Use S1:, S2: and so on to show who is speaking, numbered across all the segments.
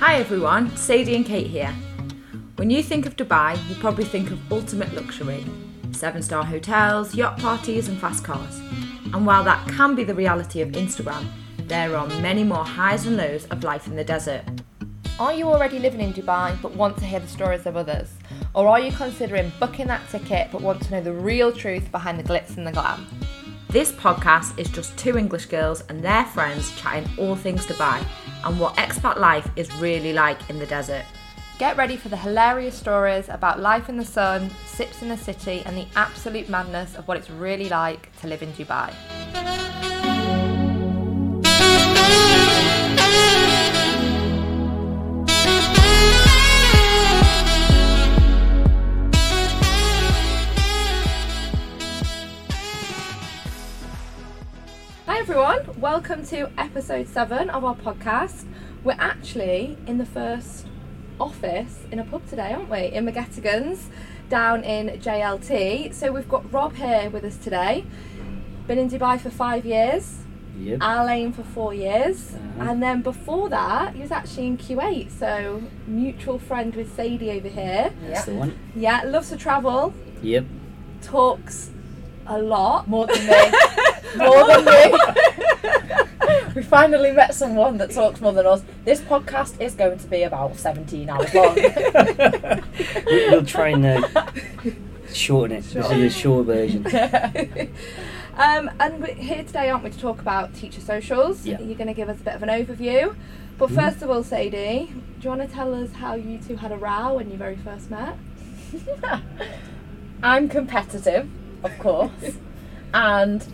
S1: Hi everyone, Sadie and Kate here. When you think of Dubai, you probably think of ultimate luxury seven star hotels, yacht parties, and fast cars. And while that can be the reality of Instagram, there are many more highs and lows of life in the desert. Are you already living in Dubai but want to hear the stories of others? Or are you considering booking that ticket but want to know the real truth behind the glitz and the glam? This podcast is just two English girls and their friends chatting all things Dubai and what expat life is really like in the desert. Get ready for the hilarious stories about life in the sun, sips in the city, and the absolute madness of what it's really like to live in Dubai. Hi everyone, welcome to episode 7 of our podcast. We're actually in the first office in a pub today, aren't we? In McGettigan's down in JLT. So we've got Rob here with us today. Been in Dubai for 5 years,
S2: Yep.
S3: Ah,
S1: Alain for 4 years,
S2: Uh-huh.
S1: and then before that, he was actually in Kuwait. So mutual friend with Sadie over here.
S2: That's the one.
S1: Yeah, loves to travel,
S2: Yep.
S1: talks a lot.
S3: More than me. more than me. We finally met someone that talks more than us. This podcast is going to be about 17 hours long.
S2: We- we'll try and uh, shorten it. This is a short version.
S1: Um, and we're here today, aren't we, to talk about teacher socials?
S2: Yeah.
S1: You're going to give us a bit of an overview. But
S3: Mm-hmm.
S2: Mhm.
S1: first of all, Sadie, do you want to tell us how you two had a row when you very first met?
S3: I'm competitive, of course, and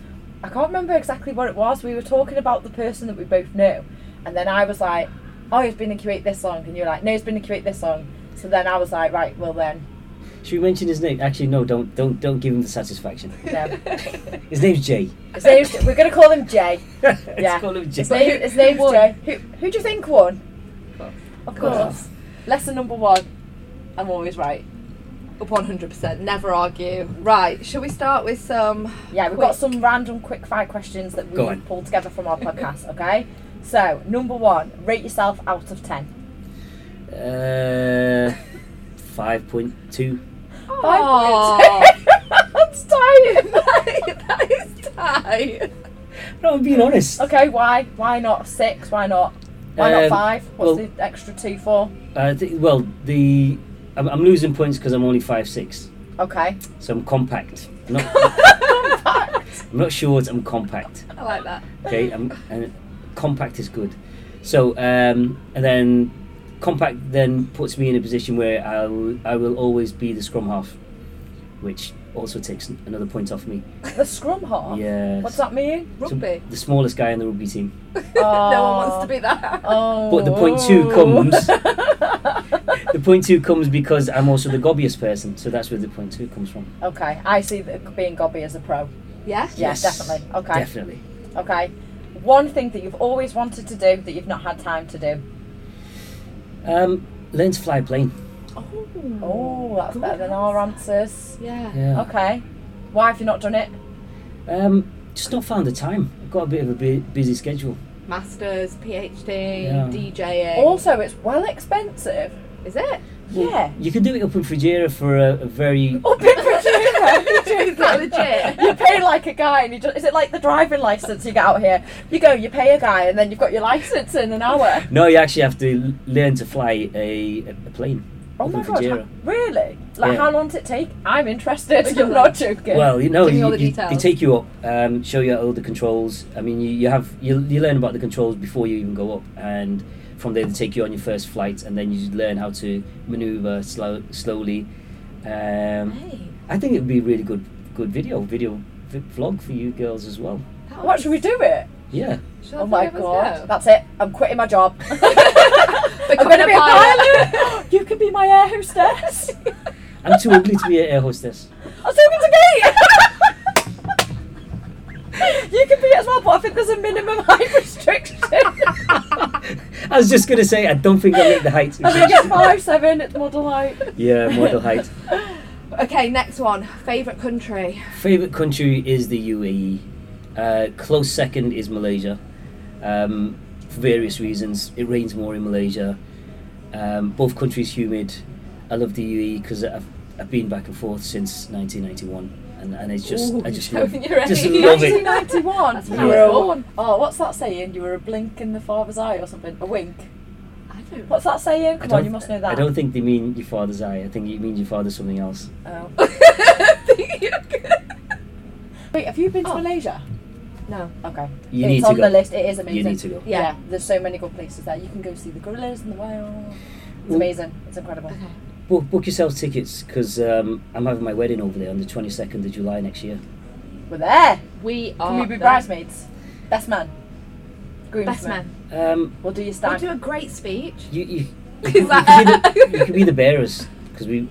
S3: I can't remember exactly what it was. We were talking about the person that we both knew, and then I was like, "Oh, he's been in Kuwait this long," and you're like, "No, he's been in Kuwait this long." So then I was like, "Right, well then,
S2: Should we mention his name? Actually, no. Don't don't don't give him the satisfaction.
S3: no."
S2: His name's Jay.
S3: His name's, we're gonna call him Jay.
S2: Let's
S3: Yeah.
S2: call him Jay.
S3: His, name, his name's Jay. Who, who do you think won? Of course. Lesson number one. I'm always right.
S1: 100%, never argue. Right, shall we start with some.
S3: Yeah, we've got
S1: Quick.
S3: some random quick fire questions that
S2: Go on.
S3: we've pulled together from our podcast, okay? So, number one, rate yourself out of 10.
S2: Uh, five point two.
S1: Aw.
S3: That's tight.
S1: that is tight.
S2: No, I'm being honest.
S3: okay, why? Why not six? Why not? Why
S2: Um,
S3: not five? What's
S2: well-
S3: the extra two for?
S2: Uh, th- well, the I'm, I'm losing points because I'm only five six,
S3: Okay.
S2: so I'm compact. I'm not, I'm not short. I'm compact.
S1: I like that.
S2: Okay, um, and compact is good. So um, and then compact then puts me in a position where I'll I will always be the scrum half, which also takes an- another point off me.
S3: the scrum half?
S2: Yes.
S3: What's that mean?
S2: So
S1: Rugby.
S2: the smallest guy on the rugby team.
S1: no one wants to be that.
S3: Oh.
S2: But the point two comes- The point two comes because I'm also the gobbiest person, so that's where the point two comes from.
S3: okay, I see that being gobby as a pro.
S1: Yeah?
S3: Yeah, definitely. Okay.
S2: Definitely.
S3: Okay. One thing that you've always wanted to do that you've not had time to do.
S2: Um, learn to fly a plane.
S3: Oh, that's
S1: Good
S3: better than our answers.
S1: Yeah.
S2: Yeah.
S3: Okay. Why have you not done it?
S2: Um, just not found the time. I've got a bit of a bu- busy schedule.
S1: Masters, PhD,
S2: Yeah.
S1: DJing.
S3: Also, it's well expensive.
S1: Is it?
S2: Well,
S3: Yeah.
S2: You can do it up in Fujairah for a, a very
S3: Up in Virginia.
S1: Is that legit?
S3: You pay like a guy, and you just, is it like the driving license you get out here? You go, you pay a guy, and then you've got your license in an hour.
S2: No, you actually have to l- learn to fly a, a, a plane.
S3: Oh
S2: up
S3: my
S2: in
S3: god!
S2: Fujairah.
S3: ho- Really? Like,
S2: Yeah.
S3: how long does it take? I'm interested. You're not joking.
S2: Well, you know,
S1: Give me
S2: you,
S1: all the
S2: you- they
S1: details.
S2: take you up, um, show you all the controls. I mean, you, you have you, you learn about the controls before you even go up, and from there they take you on your first flight, and then you just learn how to maneuver slow, slowly. Um,
S1: Hey,
S2: I think it would be a really good good video video v- vlog for you girls as well.
S1: that
S3: what should we do it?
S2: Yeah,
S1: was-
S3: oh my
S1: should I
S3: god!
S1: think
S3: That's it. I'm quitting my job.
S1: Becoming
S3: I'm going to
S1: a
S3: be a
S1: pilot.
S3: pilot. you can be my air hostess.
S2: I'm too ugly to be an air hostess.
S3: I was talking to Kate. you can be as well, but I think there's a minimum height restriction.
S2: I was just gonna say I don't think I make the height.
S3: I think it's five seven. It's model height.
S2: yeah, model height.
S1: was good? Okay, next one. Favorite country.
S2: Favorite country is the UAE. Uh, close second is Malaysia, um, for various reasons. It rains more in Malaysia. Um, both countries humid. I love the UAE because I've, I've been back and forth since 1991, and, and it's just I just love,
S4: you're right.
S2: just love it.
S3: 1991.
S4: That's
S2: when
S3: You
S2: I
S3: were
S2: was
S3: a-
S4: born.
S3: Oh, what's that saying? You were a blink in the father's eye or something. A wink.
S4: I don't
S3: What's that saying?
S2: I
S3: Come on,
S2: don't-
S3: you must know that.
S2: I don't think they mean your father's eye. I think it means your father's something else.
S3: Oh. Wait, have you been to
S4: Oh.
S3: Malaysia?
S4: No.
S3: Okay.
S2: You
S3: it's
S2: need to
S3: on
S2: go.
S3: the list. It is amazing.
S2: You need to go.
S3: Yeah.
S4: Yeah.
S3: there's so many good places there. You can go see the gorillas and the whale. It's
S2: Well-
S3: amazing. It's incredible.
S4: Okay.
S2: Book, book yourself tickets because um, I'm having my wedding over there on the 22nd of July next year.
S3: We're there.
S4: We are
S3: Can we be
S4: the
S3: bridesmaids? Best man. Groomsman.
S4: best men.
S2: Um,
S3: We'll do your
S4: We'll
S3: stand.
S4: do a great speech.
S2: you, you, you,
S4: Is that-
S2: could be the, you could be the bearers because we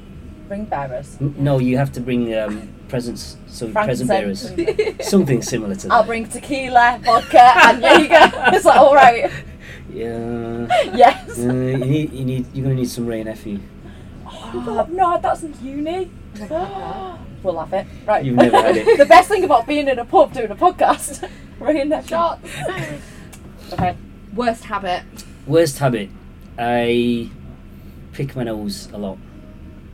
S3: Ring bearers.
S2: n- no, you have to bring um, presents, so present bearers,
S3: Frankincense.
S2: something similar to that.
S3: I'll bring tequila, vodka, and there you go. It's like, all right.
S2: Yeah.
S3: Yes.
S2: Uh, you need, you need, you're gonna need some rain effie.
S3: Oh, I've not had that since uni. we'll have it. Right.
S2: You've never had it.
S3: the best thing about being in a pub doing a podcast, we're in that shot.
S4: Shots.
S3: Okay.
S4: Worst habit.
S2: Worst habit, I pick my nose a lot.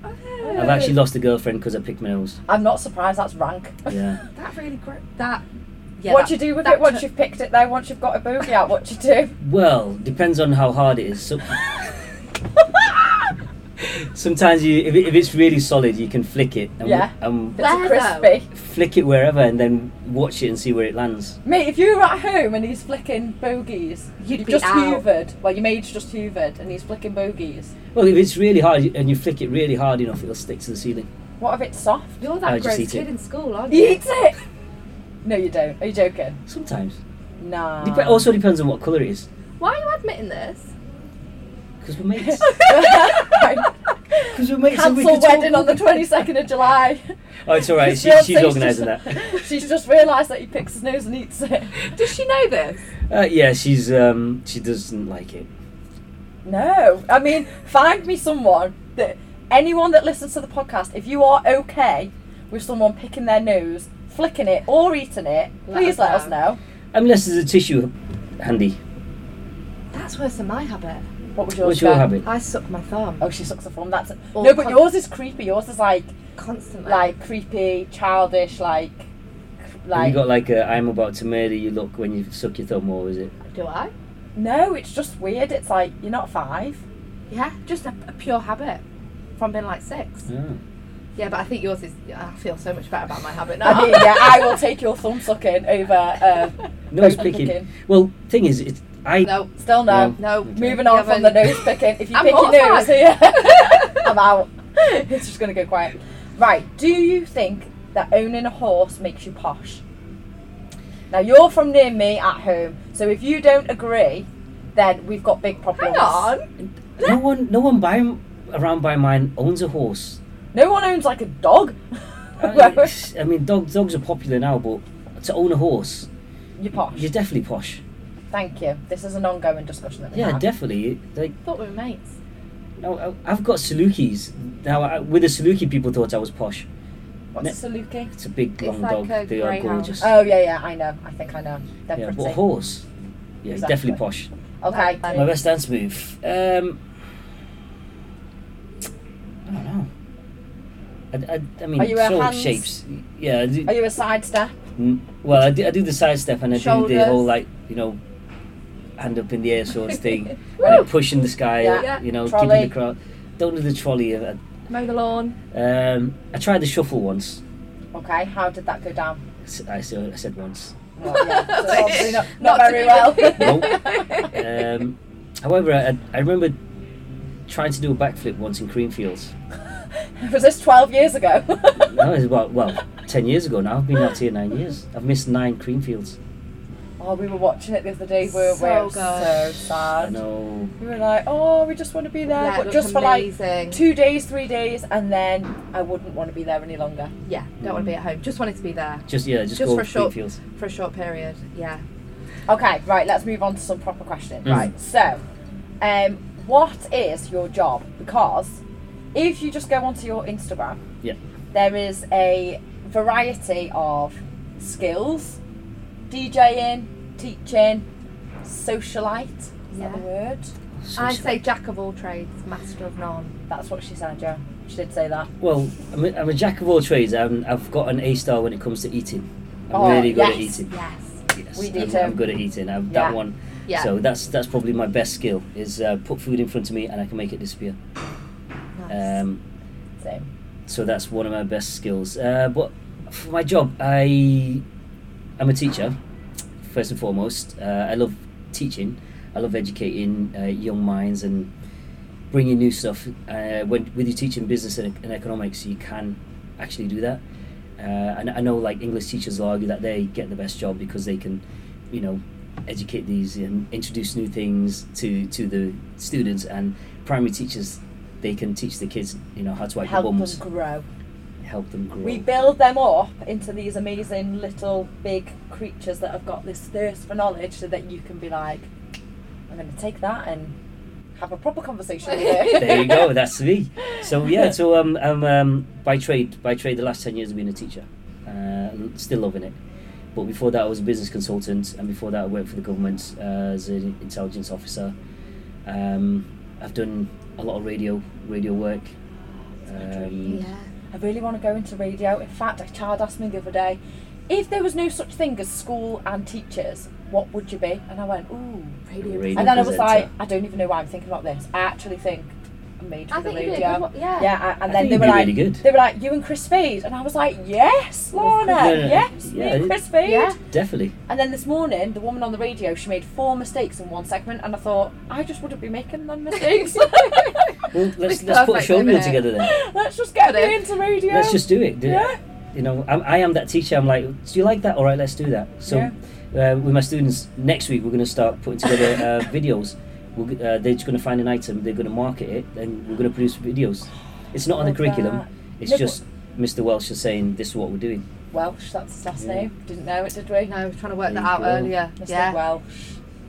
S2: I've
S3: Hey.
S2: actually lost a girlfriend because I pick my nose.
S3: I'm not surprised that's rank.
S2: Yeah.
S4: That really great. That. Yeah.
S3: what do
S4: that-
S3: you do with
S4: that
S3: it once
S4: took-
S3: you've picked it there, once you've got a bogey out, what do you do?
S2: Well, depends on how hard it is. So, sometimes you, if, it, if it's really solid, you can flick it. And,
S3: Yeah.
S2: and
S3: It's a
S4: Where though?
S3: crispy.
S2: flick it wherever, and then watch it and see where it lands.
S3: Mate, if you were at home and he's flicking bogeys,
S4: You'd
S3: you've
S4: be
S3: just
S4: out.
S3: hoovered. Well, your maid's just hoovered and he's flicking bogeys.
S2: Well, if it's really hard and you flick it really hard enough, it'll stick to the ceiling.
S3: What if it's soft?
S4: You're
S2: I
S4: that
S2: just
S4: gross
S2: eat
S4: kid
S2: it.
S4: in school, aren't
S3: You
S4: you?
S3: eat it! No, you don't. Are you joking?
S2: Sometimes.
S3: Nah.
S2: Dep- also depends on what colour it is.
S4: Why are you admitting this?
S2: Because we're mates.
S3: Cancel
S2: 'Cause we're mates and we could talk-
S3: wedding on the 22nd of July.
S2: Oh, it's all right.
S3: His
S2: She,
S3: fiancé's
S2: she's organising
S3: just-
S2: that.
S3: She's just realised that he picks his nose and eats it.
S4: Does she know this?
S2: Uh, yeah, she's um, she doesn't like it.
S3: No, I mean, find me someone that anyone that listens to the podcast. If you are okay with someone picking their nose, flicking it, or eating it,
S4: Let us
S3: please let us
S4: know.
S3: know.
S2: Unless there's a tissue handy.
S4: That's worse than my habit.
S3: What would yours
S2: What's your
S3: be?
S2: habit?
S4: I suck my thumb
S3: Oh, she sucks her thumb. That's
S4: Or
S3: no, but
S4: con-
S3: yours is creepy. Yours is like
S4: constantly.
S3: like creepy, childish, like
S2: Have
S3: like
S2: you got like a I'm about to murder you look when you suck your thumb, or is it?
S4: do I?
S3: no. It's just weird. It's like you're not five.
S4: Yeah, just a, a pure habit from being like six.
S2: Oh.
S4: Yeah, but I think yours is. I feel so much better about my habit now.
S3: I mean, yeah, I will take your thumb sucking over. Uh,
S2: Nose
S3: both
S2: picking.
S3: picking.
S2: Well, thing is, it's I.
S4: No,
S3: Still no.
S2: No.
S4: no.
S2: Okay.
S3: Moving on
S4: Yeah,
S3: from the
S4: but-
S3: nose picking. If you
S4: I'm
S3: pick your nose,
S4: horrified.
S3: yeah, I'm out. It's just gonna go quiet. Right. Do you think that owning a horse makes you posh? Now you're from near me at home, so if you don't agree, then we've got big problems.
S4: Hang on.
S2: No one, no one buying around by mine owns a horse.
S3: No one owns like a dog. Oh,
S2: I, I mean, dogs dogs are popular now, but to own a horse,
S3: You're posh.
S2: you're definitely posh.
S3: Thank you. This is an ongoing discussion that we
S2: Yeah,
S3: have.
S2: definitely. Like,
S4: I thought we were mates.
S2: no, I- I've got Salukis now. I, with the Saluki, people thought I was posh.
S3: What's a Saluki?
S2: It's a big
S4: It's
S2: long
S4: like
S2: dog.
S4: a
S2: They are
S4: greyhound.
S2: gorgeous.
S3: Oh yeah, yeah. I know. I think I know. They're
S2: yeah, but
S3: pretty.
S2: a horse. Yeah,
S3: Exactly.
S2: definitely posh.
S3: Okay.
S4: Like-
S2: My best dance move. Um, I don't know. I, I, I mean,
S3: Are you a
S2: sort of
S3: hands-
S2: shapes. Yeah. I do,
S3: Are you a sidestep?
S2: mm, well, I do, I do the side step and I do the
S4: Shoulders.
S2: whole like you know, hand up in the air sort of thing,
S4: Woo!
S2: like pushing the sky.
S3: Yeah.
S4: Yeah.
S2: You know,
S3: Trolley.
S2: keeping the crowd. Don't do the trolley. I,
S4: Mow the lawn.
S2: um, I tried the shuffle once.
S3: Okay. How did that go down?
S2: S- I said, I said once.
S3: Well, Oh, yeah, so obviously not, not,
S4: Not to
S3: very
S4: do
S3: well.
S2: Um, however, I, I remember trying to do a backflip once in Creamfields.
S3: was this 12 years ago?
S2: No, it's about well, ten years ago now. I've been out here nine years. I've missed nine creamfields.
S3: oh, we were watching it the other day, weren't we?
S4: So
S3: It was
S4: good.
S3: so
S2: I
S3: sad.
S2: know.
S3: We were like, oh, we just want to be there,
S4: yeah, it
S3: but
S4: looked
S3: just for like
S4: amazing.
S3: two days, three days, and then I wouldn't want to be there any longer.
S4: yeah, don't want to be at home. Just wanted to be there
S2: Just yeah,
S4: Just
S2: just, go
S4: for a
S2: with
S4: short-
S2: creamfields.
S4: for a short period. Yeah.
S3: Okay, right, let's move on to some proper questions.
S2: Mm.
S3: Right, so, um, what is your job? Because if you just go onto your Instagram,
S2: Yeah.
S3: there is a variety of skills DJing, teaching, socialite, Is that the
S1: Yeah.
S3: word?
S1: I'd say jack of all trades, master of none.
S3: That's what she said, yeah. She did say that.
S2: Well, I'm a, I'm a jack of all trades. I'm, I've got an A star when it comes to eating. I'm
S3: Oh,
S2: really good at
S3: yes.
S2: eating.
S1: Yes.
S2: Yes,
S3: We do
S2: I'm,
S3: too.
S2: I'm good at eating. i have
S3: Yeah.
S2: That one.
S1: Yeah.
S2: So that's that's probably my best skill is uh, put food in front of me and I can make it disappear.
S1: nice.
S2: Um,
S3: Same.
S2: so that's one of my best skills. Uh, but for my job, I I'm a teacher first and foremost. Uh, I love teaching. I love educating uh, young minds and bringing new stuff. Uh, when with you teaching business and, and economics, you can actually do that. Uh, and I know like English teachers will argue that they get the best job because they can, you know, educate these and introduce new things to to the students and primary teachers. They can teach the kids, you know, how to wipe the
S3: Help
S2: bums
S3: them grow.
S2: help them grow.
S3: We build them up into these amazing little big creatures that have got this thirst for knowledge so that you can be like, I'm going to take that and have a proper conversation with it.
S2: there you go. That's me. So yeah. So um, I'm um, by trade. By trade, the last ten years I've been a teacher. Uh, l- still loving it. But before that, I was a business consultant, and before that, I worked for the government uh, as an intelligence officer. Um, I've done a lot of radio radio work. Um,
S1: yeah.
S3: I really want to go into radio. In fact, a child asked me the other day, if there was no such thing as school and teachers, what would you be? And I went, ooh, radio.
S2: Radio
S3: and then I was like,
S2: presenter.
S3: I don't even know why I'm thinking about this. I actually think I'm made for
S1: I
S3: the
S1: think you
S3: radio.
S1: did. Yeah. yeah.
S3: Yeah, I- and then
S2: think
S3: they
S2: you'd
S3: were
S2: be
S3: like,
S2: really good.
S3: they were like, you and Chris Fade, and I was like, yes, Lorna,
S2: Yeah, yeah,
S3: yes, me
S2: yeah,
S3: and
S2: it-
S3: Chris Fade.
S1: Yeah.
S2: Definitely.
S3: And then this morning, the woman on the radio, she made four mistakes in one segment, and I thought, I just wouldn't be making them mistakes.
S2: Well, let's
S1: It's
S2: let's put a
S1: perfect,
S2: show
S1: isn't
S2: reel
S1: it?
S2: together then.
S3: Let's just get
S1: Got it.
S3: me into radio.
S2: Let's just do it. Do-
S3: Yeah.
S2: You know, I'm, I am that teacher. I'm like, do you like that? All right, let's do that. So, uh, with my students next week, we're going to start putting together uh, videos. We're, g- uh, they're just going to find an item, they're going to market it, and we're going to produce videos. It's not on the
S3: Love
S2: curriculum.
S3: that.
S2: It's
S3: No,
S2: just Mr. Welsh is saying this is what we're doing.
S3: Welsh, that's his last
S2: Yeah.
S3: name. Didn't know it, did we?
S1: No, I was trying to work
S2: There
S1: that
S2: you
S1: out
S2: go.
S1: earlier.
S3: Mr.
S1: Yeah.
S3: Welsh.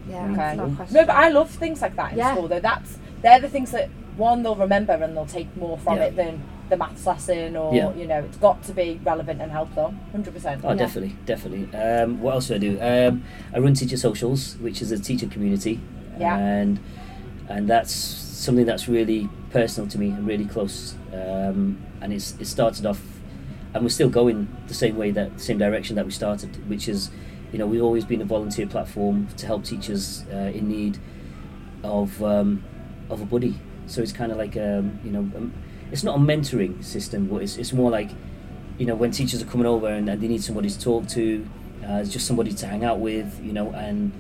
S1: Yeah.
S2: Okay.
S1: that's not a
S2: No,
S1: question.
S3: No, but I love things like that in
S1: Yeah.
S3: school though. That's they're the things that one they'll remember and they'll take more from
S2: Yeah.
S3: it than the maths lesson or
S2: Yeah.
S3: you know, it's got to be relevant and help them. Hundred percent.
S2: Oh,
S1: Yeah.
S2: definitely, definitely. Um, what else do I do? Um, I run Teacher Socials, which is a teacher community,
S3: Yeah.
S2: and and that's something that's really personal to me and really close. Um, and it's it started off, and we're still going the same way that same direction that we started, which is, you know, we've always been a volunteer platform to help teachers uh, in need of um, of a buddy. So it's kind of like um, you know, um, it's not a mentoring system, but it's it's more like you know when teachers are coming over and, and they need somebody to talk to, uh, just somebody to hang out with, you know, and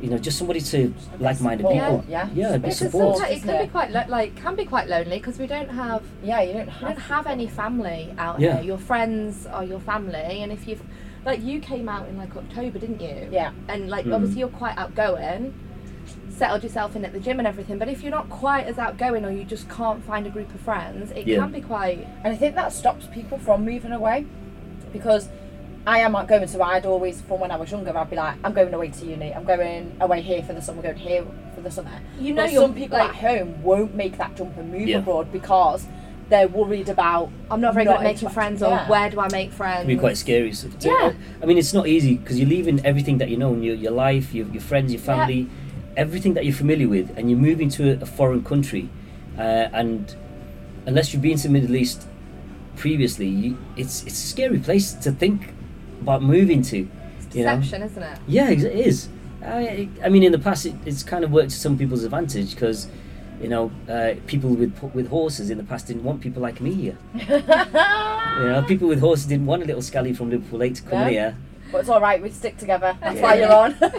S2: you know just somebody to like-minded
S3: support,
S2: people.
S3: yeah.
S2: yeah,
S3: It's
S2: be
S3: a
S1: Because
S2: support.
S1: sometimes it
S3: isn't
S1: can be
S3: it?
S1: quite lo- like can be quite lonely because we don't have
S3: Yeah, you don't
S1: you
S3: have
S1: don't have any family out
S2: Yeah.
S1: here. Your friends are your family, and if you've like you came out in like October, didn't you?
S3: Yeah.
S1: And like
S2: Mm.
S1: obviously you're quite outgoing, settled yourself in at the gym and everything. But if you're not quite as outgoing or you just can't find a group of friends, it
S2: Yeah.
S1: can be quite
S3: And I think that stops people from moving away because I am outgoing, so I'd always, from when I was younger, I'd be like, I'm going away to uni, I'm going away here for the summer, going here for the summer.
S1: You know
S3: but
S1: you're,
S3: some people
S1: like-
S3: at home won't make that jump and move
S2: Yeah.
S3: abroad because they're worried about.
S1: I'm not very
S3: Not
S1: good at
S3: interacting,
S1: making friends
S3: yeah.
S1: or where do I make friends?
S2: It can be quite scary. So- so-
S1: Yeah.
S2: I mean, it's not easy because you're leaving everything that you know, your, your life, your, your friends, your
S1: Yeah.
S2: family, everything that you're familiar with, and you move into a, a foreign country. Uh, and unless you've been to the Middle East previously, you, it's, it's a scary place to think about moving to.
S1: It's
S2: you know?
S1: deception, isn't it?
S2: Yeah, ex- it is. I, I mean, in the past, it, it's kind of worked to some people's advantage because, you know, uh, people with po- with horses in the past didn't want people like me here. You know, people with horses didn't want a little scally from Liverpool 8 to come
S3: No.
S2: here.
S3: But it's all right, we stick together. That's why
S2: Yeah.
S3: you're on.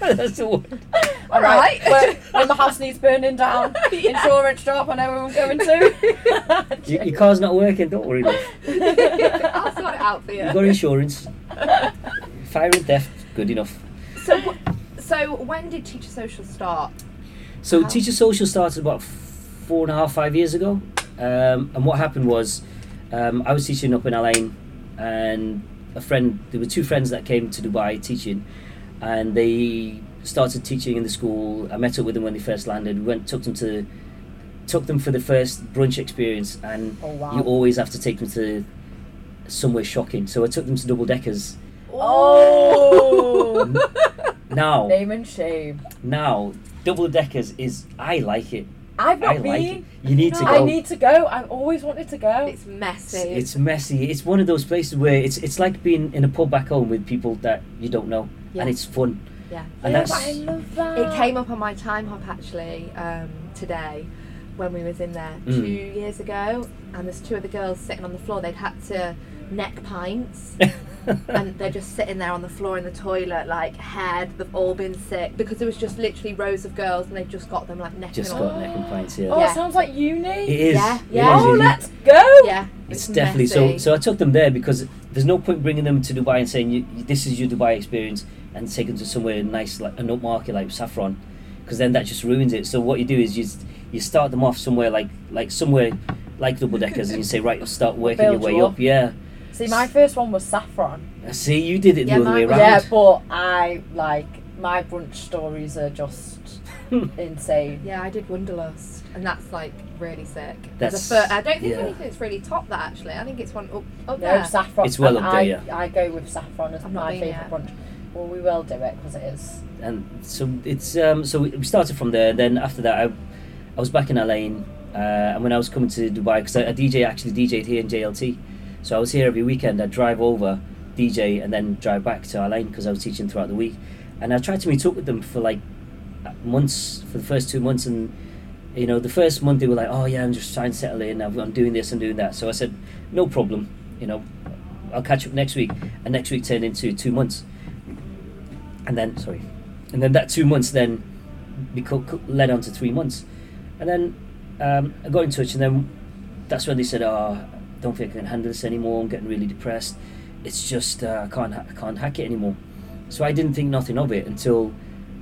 S2: That's the one.
S3: all right.
S1: right.
S3: when- when the house needs burning down,
S1: Yeah.
S3: insurance job, I know where I'm going to.
S2: Your, your car's not working, don't worry. love.
S1: I'll sort it out for you.
S2: You've got insurance. Fire and theft, good enough.
S1: So, wh- so when did Teacher Social start?
S2: So
S1: Wow.
S2: Teacher Social started about four and a half, five years ago. Um, and what happened was um, I was teaching up in Alain and a friend, there were two friends that came to Dubai teaching and they started teaching in the school. I met up with them when they first landed. We went, took them to, took them for the first brunch experience and
S3: Oh, wow.
S2: you always have to take them to somewhere shocking. So I took them to Double Deckers
S3: Oh.
S2: Now,
S3: Name and shame.
S2: now, double deckers is I like it.
S3: I've not
S2: I like it.
S3: been.
S2: You need to
S1: No.
S2: go.
S3: I need to go. I've always wanted to go.
S1: It's messy.
S2: It's- It's messy. It's one of those places where it's it's like being in a pub back home with people that you don't know,
S1: Yeah.
S2: and it's fun.
S1: Yeah.
S2: And
S3: Yeah,
S2: that's
S3: but I love that.
S1: It came up on my time hop actually um, today when we was in there
S2: Mm.
S1: two years ago, and there's two of the girls sitting on the floor. They'd had to neck pints, and they're just sitting there on the floor in the toilet, like head. They've all been sick because it was just literally rows of girls, and they just got them like necking
S2: just
S1: on.
S2: got neck and pints here.
S3: Oh,
S1: Yeah.
S3: it sounds like uni.
S2: It is.
S1: Yeah,
S2: it
S1: yeah.
S2: is,
S3: Oh,
S2: it is.
S3: let's go.
S1: Yeah,
S2: It's definitely so.
S1: messy.
S2: So I took them there because there's no point bringing them to Dubai and saying you, you- this is your Dubai experience and take them to somewhere nice like an upmarket like Saffron, because then that just ruins it. So what you do is you s- you start them off somewhere like like somewhere like double deckers and you say right you'll start working your
S3: Build
S2: way
S3: you
S2: up.
S3: up.
S2: Yeah.
S3: See, my first one was saffron.
S2: See, you did it
S1: Yeah,
S2: the other way
S1: mine was-
S2: around.
S3: Yeah, but I like my brunch stories are just insane.
S1: Yeah, I did Wonderlust, and that's like really sick. That's,
S2: That's-
S1: the fir- I don't think
S2: yeah.
S1: anything's really topped that actually. I think it's one up,
S3: No
S1: up there.
S3: saffron.
S2: It's well
S3: and
S2: up there,
S3: I,
S2: yeah.
S3: I go with saffron as
S1: I've not
S3: my
S1: been
S3: favourite
S1: yet.
S3: brunch. Well, we will do it because it is.
S2: and so it's um, so we we started from there. Then after that, I, I was back in LA, uh, and when I was coming to Dubai, because I, I DJ actually DJed here in JLT, so I was here every weekend. I'd drive over, DJ, and then drive back to LA because I was teaching throughout the week, and I tried to meet up with them for like months for the first two months, and you know the first month they were like, oh yeah, I'm just trying to settle in. I've- I'm doing this and doing that. So I said, no problem, you know, I'll catch up next week, and next week turned into two months, and then sorry, and then that two months then beco- co- led on to three months, and then um, I got in touch, and then that's when they said, "Oh, I don't think I can handle this anymore. I'm getting really depressed. It's just uh, I can't ha- I can't hack it anymore." So I didn't think nothing of it until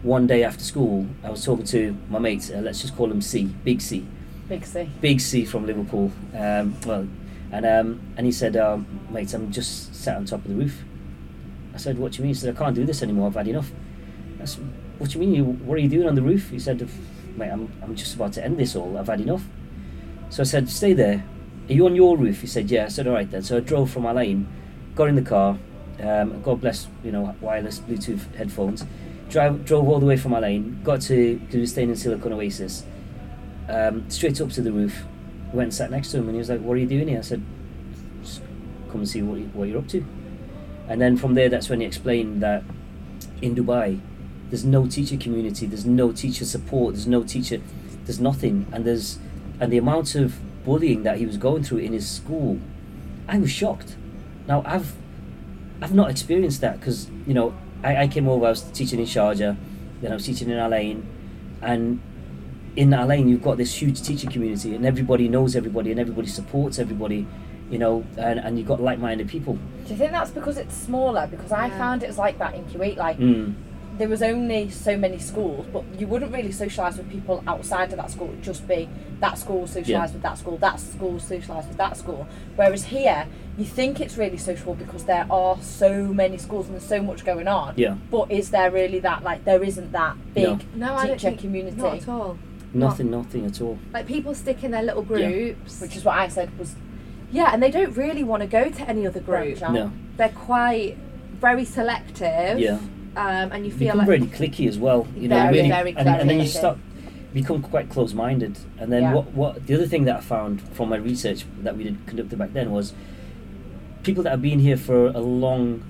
S2: one day after school, I was talking to my mate. Uh, let's just call him C, Big C
S3: Big C.
S2: big C from Liverpool. Um, well, and um, and he said, um, "Mate, I'm just sat on top of the roof." I said, "What do you mean?" He said, "I can't do this anymore. I've had enough." I said, "What do you mean? You, what are you doing on the roof?" He said, "Mate, I'm I'm just about to end this all. I've had enough." So I said, "Stay there. Are you on your roof?" He said, "Yeah." I said, "All right then." So I drove from my lane, got in the car. Um, God bless, you know, wireless Bluetooth headphones. Drive, drove all the way from my lane. Got to because we were staying in Silicon Oasis um, straight up to the roof, went and sat next to him, and he was like, "What are you doing here?" I said, "Just "Come and see what, you, what you're up to." And then from there, that's when he explained that in Dubai, there's no teacher community, there's no teacher support, there's no teacher, there's nothing, and there's and the amount of bullying that he was going through in his school, I was shocked. Now I've I've not experienced that because you know I, I came over, I was teaching in Sharjah, then I was teaching in Alain, and in Alain you've got this huge teacher community and everybody knows everybody and everybody supports everybody, you know, and, and you've got like-minded people.
S3: Do you think that's because it's smaller? Because I
S1: Yeah.
S3: found it's like that in Kuwait. Like
S2: Mm.
S3: there was only so many schools, but you wouldn't really socialise with people outside of that school. It'd just be that school socialise
S2: Yeah.
S3: with that school, that school socialise with that school. Whereas here, you think it's really social because there are so many schools and there's so much going on.
S2: Yeah,
S3: But is there really that? Like there isn't that big
S2: No.
S1: No, I don't
S3: teacher
S1: think
S3: community,
S1: not at all.
S2: nothing, nothing at all.
S1: Like people stick in their little
S2: Yeah.
S1: groups.
S3: which is what I said was
S1: Yeah, and they don't really want to go to any other group.
S3: branch out.
S2: No,
S1: They're quite very selective.
S2: yeah.
S1: Um, and you feel
S2: become
S1: like
S2: really clicky as well. You know,
S1: Very,
S2: really,
S1: very
S2: and, and then you
S1: clicky.
S2: start become quite close-minded. And then
S3: Yeah.
S2: what? What the other thing that I found from my research that we did conducted back then was people that have been here for a long,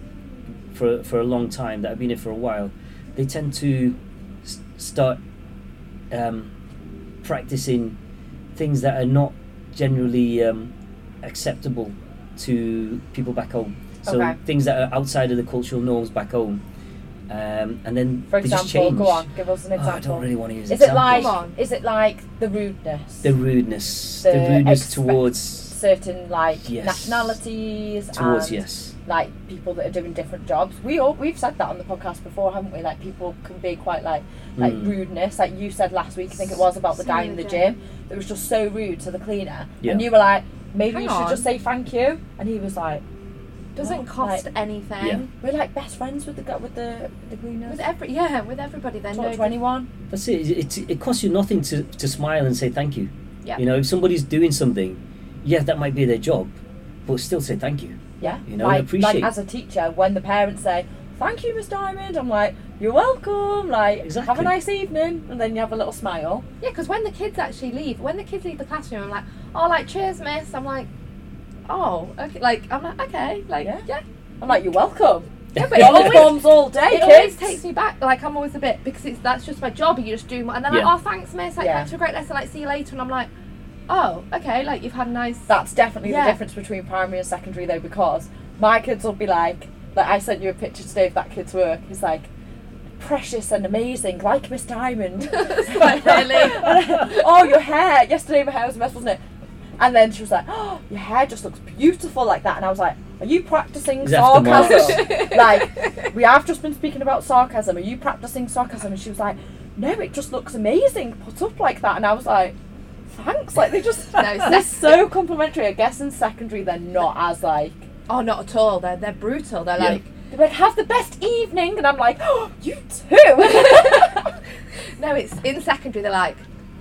S2: for for a long time, that have been here for a while, they tend to s- start um, practicing things that are not generally um, acceptable to people back home. So
S3: Okay.
S2: things that are outside of the cultural norms back home, um, and then
S3: For
S2: they just
S3: example,
S2: change.
S3: go on, give us an
S2: Oh, I
S3: example.
S2: don't really want to use
S3: is it
S2: examples.
S3: like
S1: Come on.
S3: is it like the rudeness?
S2: the rudeness, the,
S3: the
S2: rudeness
S3: expect-
S2: towards
S3: certain like
S2: Yes.
S3: nationalities
S2: towards
S3: and
S2: yes,
S3: like people that are doing different jobs. We all we've said that on the podcast before, haven't we? Like people can be quite like like
S2: Mm.
S3: rudeness. Like you said last week, I think it was about the
S1: So
S3: guy in the
S1: rude.
S3: gym that was just so rude to the cleaner,
S2: Yeah.
S3: and you were like, maybe
S1: Hang
S3: you should
S1: on.
S3: just say thank you, and he was like,
S1: doesn't
S3: Like-
S1: cost anything.
S2: Yeah.
S3: we're like best friends with the gu- with the the cleaners.
S1: With every yeah, with everybody then.
S3: Talk to anyone.
S2: that's it. It, it. it costs you nothing to, to smile and say thank you.
S1: Yeah.
S2: You know, if somebody's doing something, yeah, that might be their job, but still say thank you.
S3: Yeah.
S2: You know,
S3: like,
S2: appreciate-
S3: like as a teacher, when the parents say, Thank you, Miss Diamond, I'm like, you're welcome, like, have a
S2: Exactly.
S3: nice evening, and then you have a little smile.
S1: Yeah, because when the kids actually leave, when the kids leave the classroom, I'm like, oh, like cheers, miss. I'm like, oh, okay. Like I'm like, okay, like
S3: Yeah.
S1: yeah.
S3: I'm like, you're welcome.
S1: Yeah, but it
S3: Olive
S1: always,
S3: bombs all day,
S1: it
S3: kids.
S1: always takes me back. Like I'm always a bit because it's that's just my job. and You just do more, and then
S2: Yeah.
S1: like, oh, thanks, miss. Like
S3: Yeah.
S1: thanks for a great lesson. Like see you later, and I'm like, oh, okay. Like you've had a nice.
S3: That's definitely
S1: Yeah.
S3: the difference between primary and secondary, though, because my kids will be like, like I sent you a picture today of that kid's work. He's like, precious and amazing, like Miss Diamond.
S1: Like, really?
S3: oh, your hair. Yesterday my hair was a mess, wasn't it? And then she was like, oh, your hair just looks beautiful like that. And I was like, are you practicing
S2: He's after marks.
S3: sarcasm? like, we have just been speaking about sarcasm. Are you practicing sarcasm? And she was like, no, it just looks amazing put up like that. And I was like, thanks. Like, they just,
S1: No,
S3: they're
S1: sec-
S3: so complimentary. I guess in secondary, they're not as like,
S1: Oh, not at all. They're they're brutal. They're
S2: Yeah.
S1: like.
S3: they're like, have the best evening. And I'm like, oh, you too.
S1: No, it's in secondary. They're like,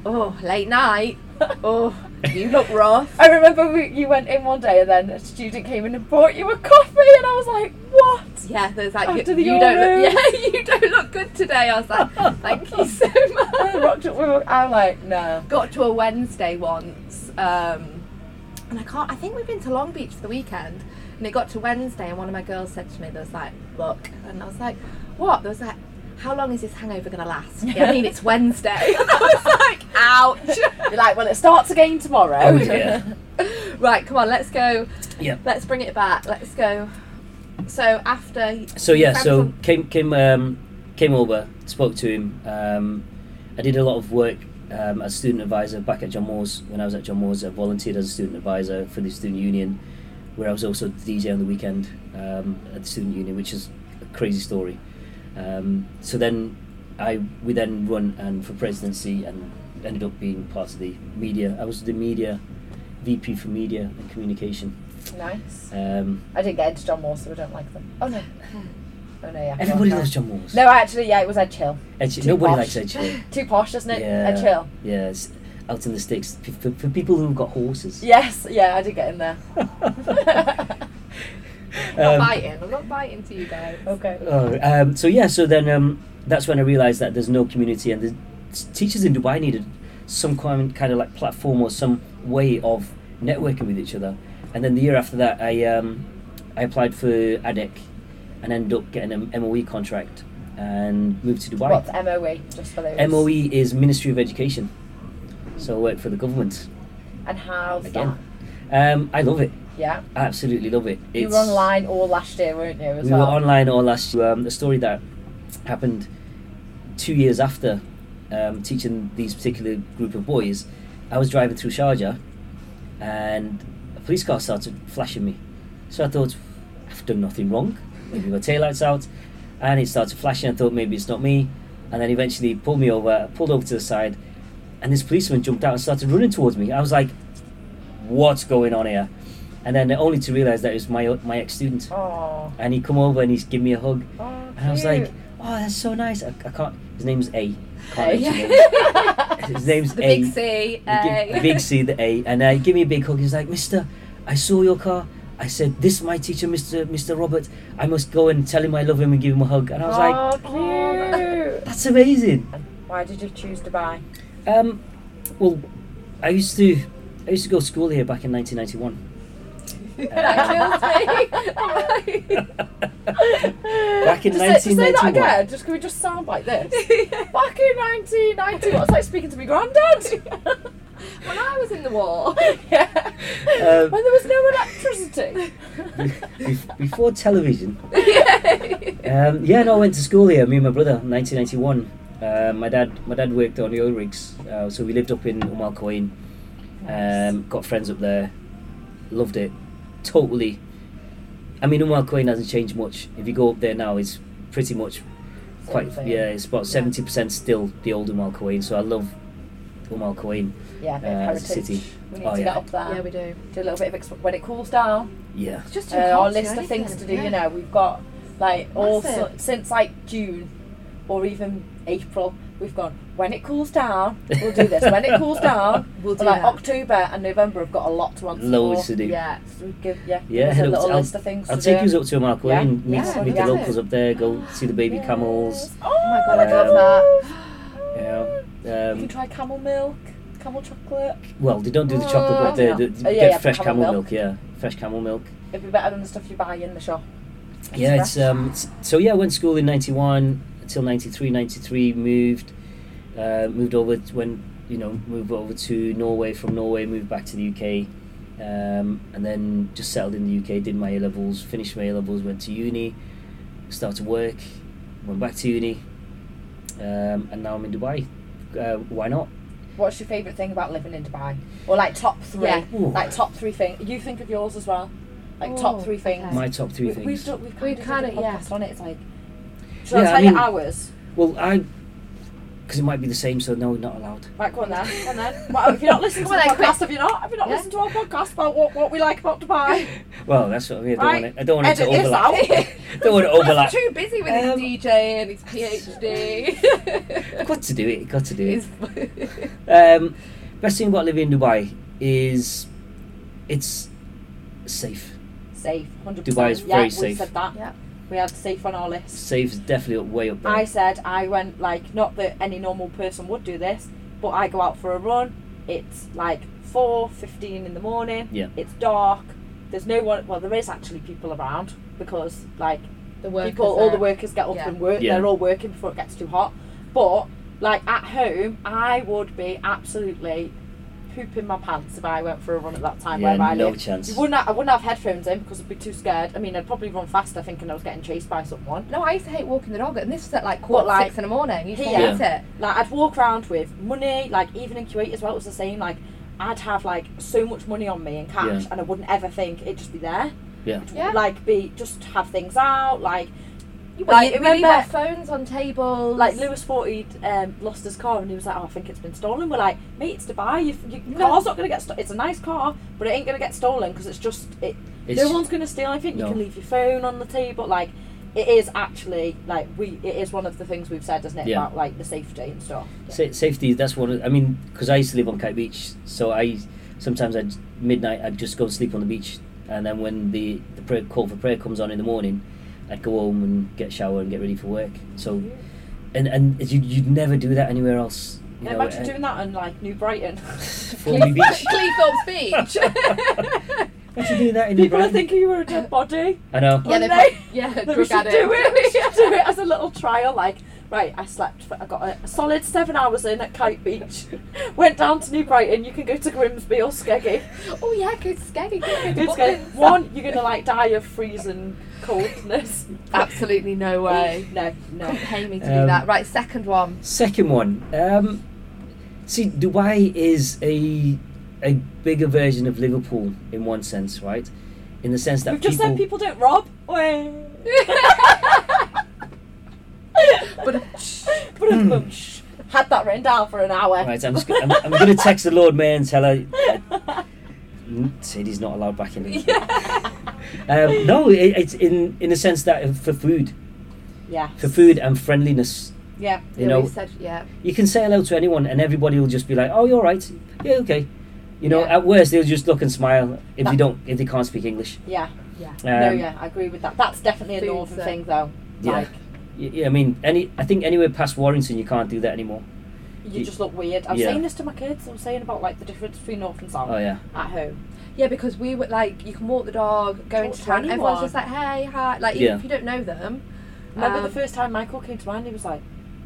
S1: oh, late night. Oh, you look rough.
S3: I remember we, you went in one day and then a student came in and bought you a coffee. And I was like, what?
S1: Yeah, there's like
S3: After
S1: you,
S3: the
S1: you don't
S3: Euros.
S1: look, yeah you don't look good today. I was like, thank you so
S3: I
S1: much.
S3: rocked up, we were- I'm like, no.
S1: Got to a Wednesday once, um, and I can't. I think we've been to Long Beach for the weekend, and it got to Wednesday, and one of my girls said to me, "There was like, look," and I was like, "What?" There was like, "How long is this hangover gonna last?" Yeah, I mean, it's Wednesday. I was like,
S3: You're like, well, it starts again tomorrow.
S2: Oh, yeah.
S1: "Ouch!" Right, come on, let's go.
S2: yeah.
S1: Let's bring it back. Let's go. So after.
S2: So yeah, so
S1: Frampton-
S2: came came um, came over, spoke to him. Um, I did a lot of work um, as student advisor back at John Moores. When I was at John Moores, I volunteered as a student advisor for the student union, where I was also the DJ on the weekend um, at the student union, which is a crazy story. Um, so then I we then run and for presidency and ended up being part of the media. I was the media VP for media and communication.
S3: Nice.
S2: Um,
S3: I didn't get into John Moore, so I don't like them. Oh, no. Oh, no, yeah.
S2: everybody
S3: no.
S2: loves John Moores.
S3: No, actually, yeah, it was Ed Chill.
S2: Ed Sheer-
S3: Too
S2: nobody
S3: posh.
S2: likes Ed Sheeran.
S3: Too posh, isn't it?
S2: Yeah.
S3: Ed Chill.
S2: Yeah, it's out in the sticks P- for, for people who've got horses.
S3: Yes, yeah, I did get in there.
S1: I'm
S2: Um,
S1: not biting. I'm not biting to you guys.
S3: okay.
S2: oh, um, so yeah, so then um, that's when I realised that there's no community, and the s- teachers in Dubai needed some kind kind of like platform or some way of networking with each other. And then the year after that, I um, I applied for ADEC and ended up getting an MOE E contract and moved to Dubai.
S3: What's MOE? E, Just for those.
S2: MOE is Ministry of Education, so I work for the government.
S3: And how's
S2: Again.
S3: that?
S2: Um, I love it.
S3: Yeah.
S2: I absolutely love it.
S3: You were
S2: It's-
S3: online all last year, weren't you? As
S2: we
S3: well?
S2: were online all last year. Um, a story that happened two years after um, teaching these particular group of boys. I was driving through Sharjah, and a police car started flashing me. So I thought, I've done nothing wrong. Maybe my taillights out, and it started flashing. I thought maybe it's not me, and then eventually pulled me over. Pulled over to the side, and this policeman jumped out and started running towards me. I was like, "What's going on here?" And then only to realise that it was my my ex student
S3: Oh.
S2: and he come over and he's give me a hug
S3: oh
S2: and I was like
S3: cute.
S2: oh that's so nice I, I can't his name's A can't
S3: A.
S2: mention him. his name's
S1: The
S2: A
S1: big C.
S2: The gi-
S1: A.
S2: the big C the A and uh, he give me a big hug he's like mister I saw your car I said this is my teacher Mr Mr Robert I must go and tell him I love him and give him a hug and I was like
S3: oh, cute.
S2: that's amazing
S3: Why did you choose Dubai?
S2: Um, well, I used to I used to go to school here back in Uh, 1991.
S1: That kills me.
S2: back in
S3: just Say, just say that
S2: 1991.
S3: again. Just can we just sound like this? Back in 1991, it's like speaking to my granddad.
S1: when I was in the war.
S3: yeah. when there
S2: Um,
S3: was no electricity.
S2: Bef- Before television. um, yeah, no, I went to school here. Me and my brother, 1991. Uh, my dad, my dad worked on the oil rigs, uh, so we lived up in Umal Coin. Um, got friends up there, loved it, totally. I mean, Umal Coin hasn't changed much. If you go up there now, it's pretty much quite
S3: Same thing.
S2: yeah, it's about seventy percent still the old Umal Coin. So I love Umal Coin.
S3: Yeah, a bit
S2: Uh,
S3: of heritage.
S2: it's a city.
S3: We need
S2: Oh,
S3: to
S2: yeah.
S3: get up there.
S1: yeah, we do.
S3: do a little bit of exp- when it cools down.
S2: Yeah,
S1: It's just
S3: Uh, our list of things to do. You know, we've got like all
S1: Massive.
S3: so- since like June or even April. we've gone, when it cools down, we'll do this. when it cools down,
S1: We'll do
S3: but like
S1: that.
S3: October and November have got a lot to answer
S2: Loads
S3: for.
S2: to do.
S1: yeah.
S3: So we give, yeah, give
S2: Yeah,
S3: us
S2: head
S3: a
S2: up to-
S3: little list of things
S2: I'll
S3: to
S2: take
S3: do.
S2: you up to Mark Way
S3: Yeah.
S2: and meet,
S1: Yeah,
S2: meet the
S3: yeah.
S2: locals up there. Go see the baby camels.
S3: Yes. Oh,
S1: Oh my god, I'd love
S2: Um,
S1: that.
S2: Yeah.
S3: you can
S2: Um,
S3: try camel milk, camel chocolate.
S2: well, they don't do the chocolate, but they,
S3: Oh,
S2: they,
S3: yeah,
S2: get
S3: yeah,
S2: fresh
S3: camel
S2: camel,
S3: milk.
S2: milk. Yeah, fresh camel milk.
S3: It'd be better than the stuff you buy in the shop.
S2: yeah, it's um. It's, so yeah, I went to school in '91 till '93. '93 moved, uh, moved over to when you know moved over to Norway. From Norway, moved back to the UK, um, and then just settled in the UK. Did my A levels, finished my A levels, went to uni, started work, went back to uni, um, and now I'm in Dubai. Uh, why not?
S3: What's your favourite thing about living in Dubai? Or like top three?
S1: Yeah.
S2: Ooh.
S3: Like top three things. You think of yours as well. Like
S1: Ooh,
S3: top three things.
S1: okay.
S2: My top three
S3: we,
S2: things.
S3: We've done, we've
S1: We
S3: kind of done a
S1: kinda- yeah.
S3: podcast on it. It's like, should I
S2: Yeah, I
S3: tell
S2: mean-
S3: you ours?
S2: Well, I because it might be the same, so no, not allowed.
S3: Right, go on then. Go on then. Well, if you're not listening to the
S1: Come on then, quick.
S3: podcast, have you not? Have you not
S1: Yeah.
S3: listened to our podcast about what, what we like about Dubai?
S2: Well, that's what I mean. I don't
S3: Right,
S2: want it. I don't want it to
S3: edit this
S2: overlap. don't want to
S3: Oh,
S2: overlap.
S1: Too busy with his
S2: Um,
S1: DJ and his PhD.
S2: Got to do it. Got to do it.
S1: It's-
S3: Uh,
S2: Um, best thing about living in Dubai is it's safe.
S3: safe, 100%.
S2: Dubai is
S3: yeah,
S2: very
S3: we
S2: safe.
S3: said that.
S1: Yeah.
S3: We had safe on our list.
S2: Safe is definitely up- way up there.
S3: I said I went like not that any normal person would do this, but I go out for a run. It's like four fifteen in the morning.
S2: Yeah.
S3: It's dark. There's no one. Well, there is actually people around because like
S1: the work
S3: people, all the workers get up
S1: Yeah.
S3: and work.
S2: Yeah.
S3: They're all working before it gets too hot. But like at home, I would be absolutely pooping my pants if I went for a run at that time
S2: yeah,
S3: where I
S2: no
S3: live.
S2: chance.
S3: You wouldn't. ha- I wouldn't have headphones in because I'd be too scared. I mean, I'd probably run faster thinking I was getting chased by someone.
S1: No, I used to hate walking the dog, and this was at like quarter
S3: like,
S1: six in the morning. You used to
S3: here-
S1: hate it.
S3: Like I'd walk around with money, like even in Kuwait as well, it was the same. Like I'd have like so much money on me in cash,
S2: Yeah.
S3: and I wouldn't ever think it'd just be there.
S2: Yeah.
S1: Yeah.
S3: Like be just have things out, like
S1: You,
S3: Like,
S1: you remember
S3: remember-
S1: phones on tables.
S3: like Lewis thought he'd um, lost his car, and he was like, "Oh, I think it's been stolen." We're like, "Mate, it's Dubai. Your, your
S1: No.
S3: car's not gonna get. Sto- it's a nice car, but it ain't gonna get stolen because it's just it.
S2: It's,
S3: no one's gonna steal anything.
S2: No.
S3: You can leave your phone on the table, like." It is actually like we. It is one of the things we've said, isn't it,
S2: Yeah.
S3: about like the safety and stuff.
S2: sa- safety. That's one. Of, I mean, because I used to live on Kite Beach, so I sometimes at midnight I'd just go and sleep on the beach, and then when the the prayer, call for prayer comes on in the morning, I'd go home and get a shower and get ready for work. So, and and you you'd never do that anywhere else. You
S3: Yeah,
S2: know,
S3: imagine
S2: uh,
S3: doing that on like New Brighton.
S2: Formby Beach.
S1: Cleethorpes Beach.
S2: Imagine doing that in
S3: People are
S2: Brighton. Uh,
S3: thinking you were a dead body.
S2: I know.
S1: yeah, they
S3: One
S1: put,
S3: day.
S1: yeah,
S3: That we
S1: drug
S3: should
S1: addicts.
S3: do it. We should do it as a little trial. Like, right, I slept. For, I got a, a solid seven hours in at Kite Beach. Went down to New Brighton. You can go to Grimsby or Skeggy.
S1: Oh yeah, go to Skeggy. Go to
S3: It's going,
S1: Butlins.
S3: one, you're gonna like die of freezing coldness.
S1: Absolutely no way.
S3: No, no.
S1: Don't pay me to do
S2: Um,
S1: that. Right, second one.
S2: Second one. Um, see, Dubai is a a bigger version of Liverpool in one sense, right? In the sense that
S3: We've just said people don't rob. Wah.
S1: But
S3: But I'm like, shh. had that written down for an hour.
S2: Hmm. Right, I'm, just, I'm, I'm going to text the Lord Mayor and tell her "N- Sadie's not allowed back in. Um, no, it, it's in in the sense that uh, for food,
S3: Yeah.
S2: for food and friendliness.
S3: Yeah.
S2: You
S1: yeah,
S2: know,
S1: we said yeah.
S2: you can say hello to anyone and everybody will just be like, "Oh, you're right. Yeah, okay." You know,
S1: Yeah.
S2: at worst they'll just look and smile if
S3: That-
S2: you don't if they can't speak English.
S3: Yeah.
S1: Yeah.
S3: no,
S2: Um,
S3: yeah, I agree with that. That's definitely a
S1: Food's
S3: northern
S1: a-
S3: thing, though.
S2: Yeah.
S3: Like,
S2: Y- Yeah, I mean, any. I think anywhere past Warrington, you can't do that anymore.
S3: you
S2: Y-
S3: just look weird. I was
S2: yeah.
S3: saying this to my kids. I was saying about like the difference between north and south
S2: Oh yeah,
S3: at home.
S1: Yeah, because we were like, you can walk the dog, go
S3: Talk
S1: into
S3: to
S1: town. Everyone's
S3: anyone.
S1: just like, hey, hi. Like, even
S2: Yeah.
S1: if you don't know them.
S3: Remember the
S1: um,
S3: first time Michael came to mind, he was like,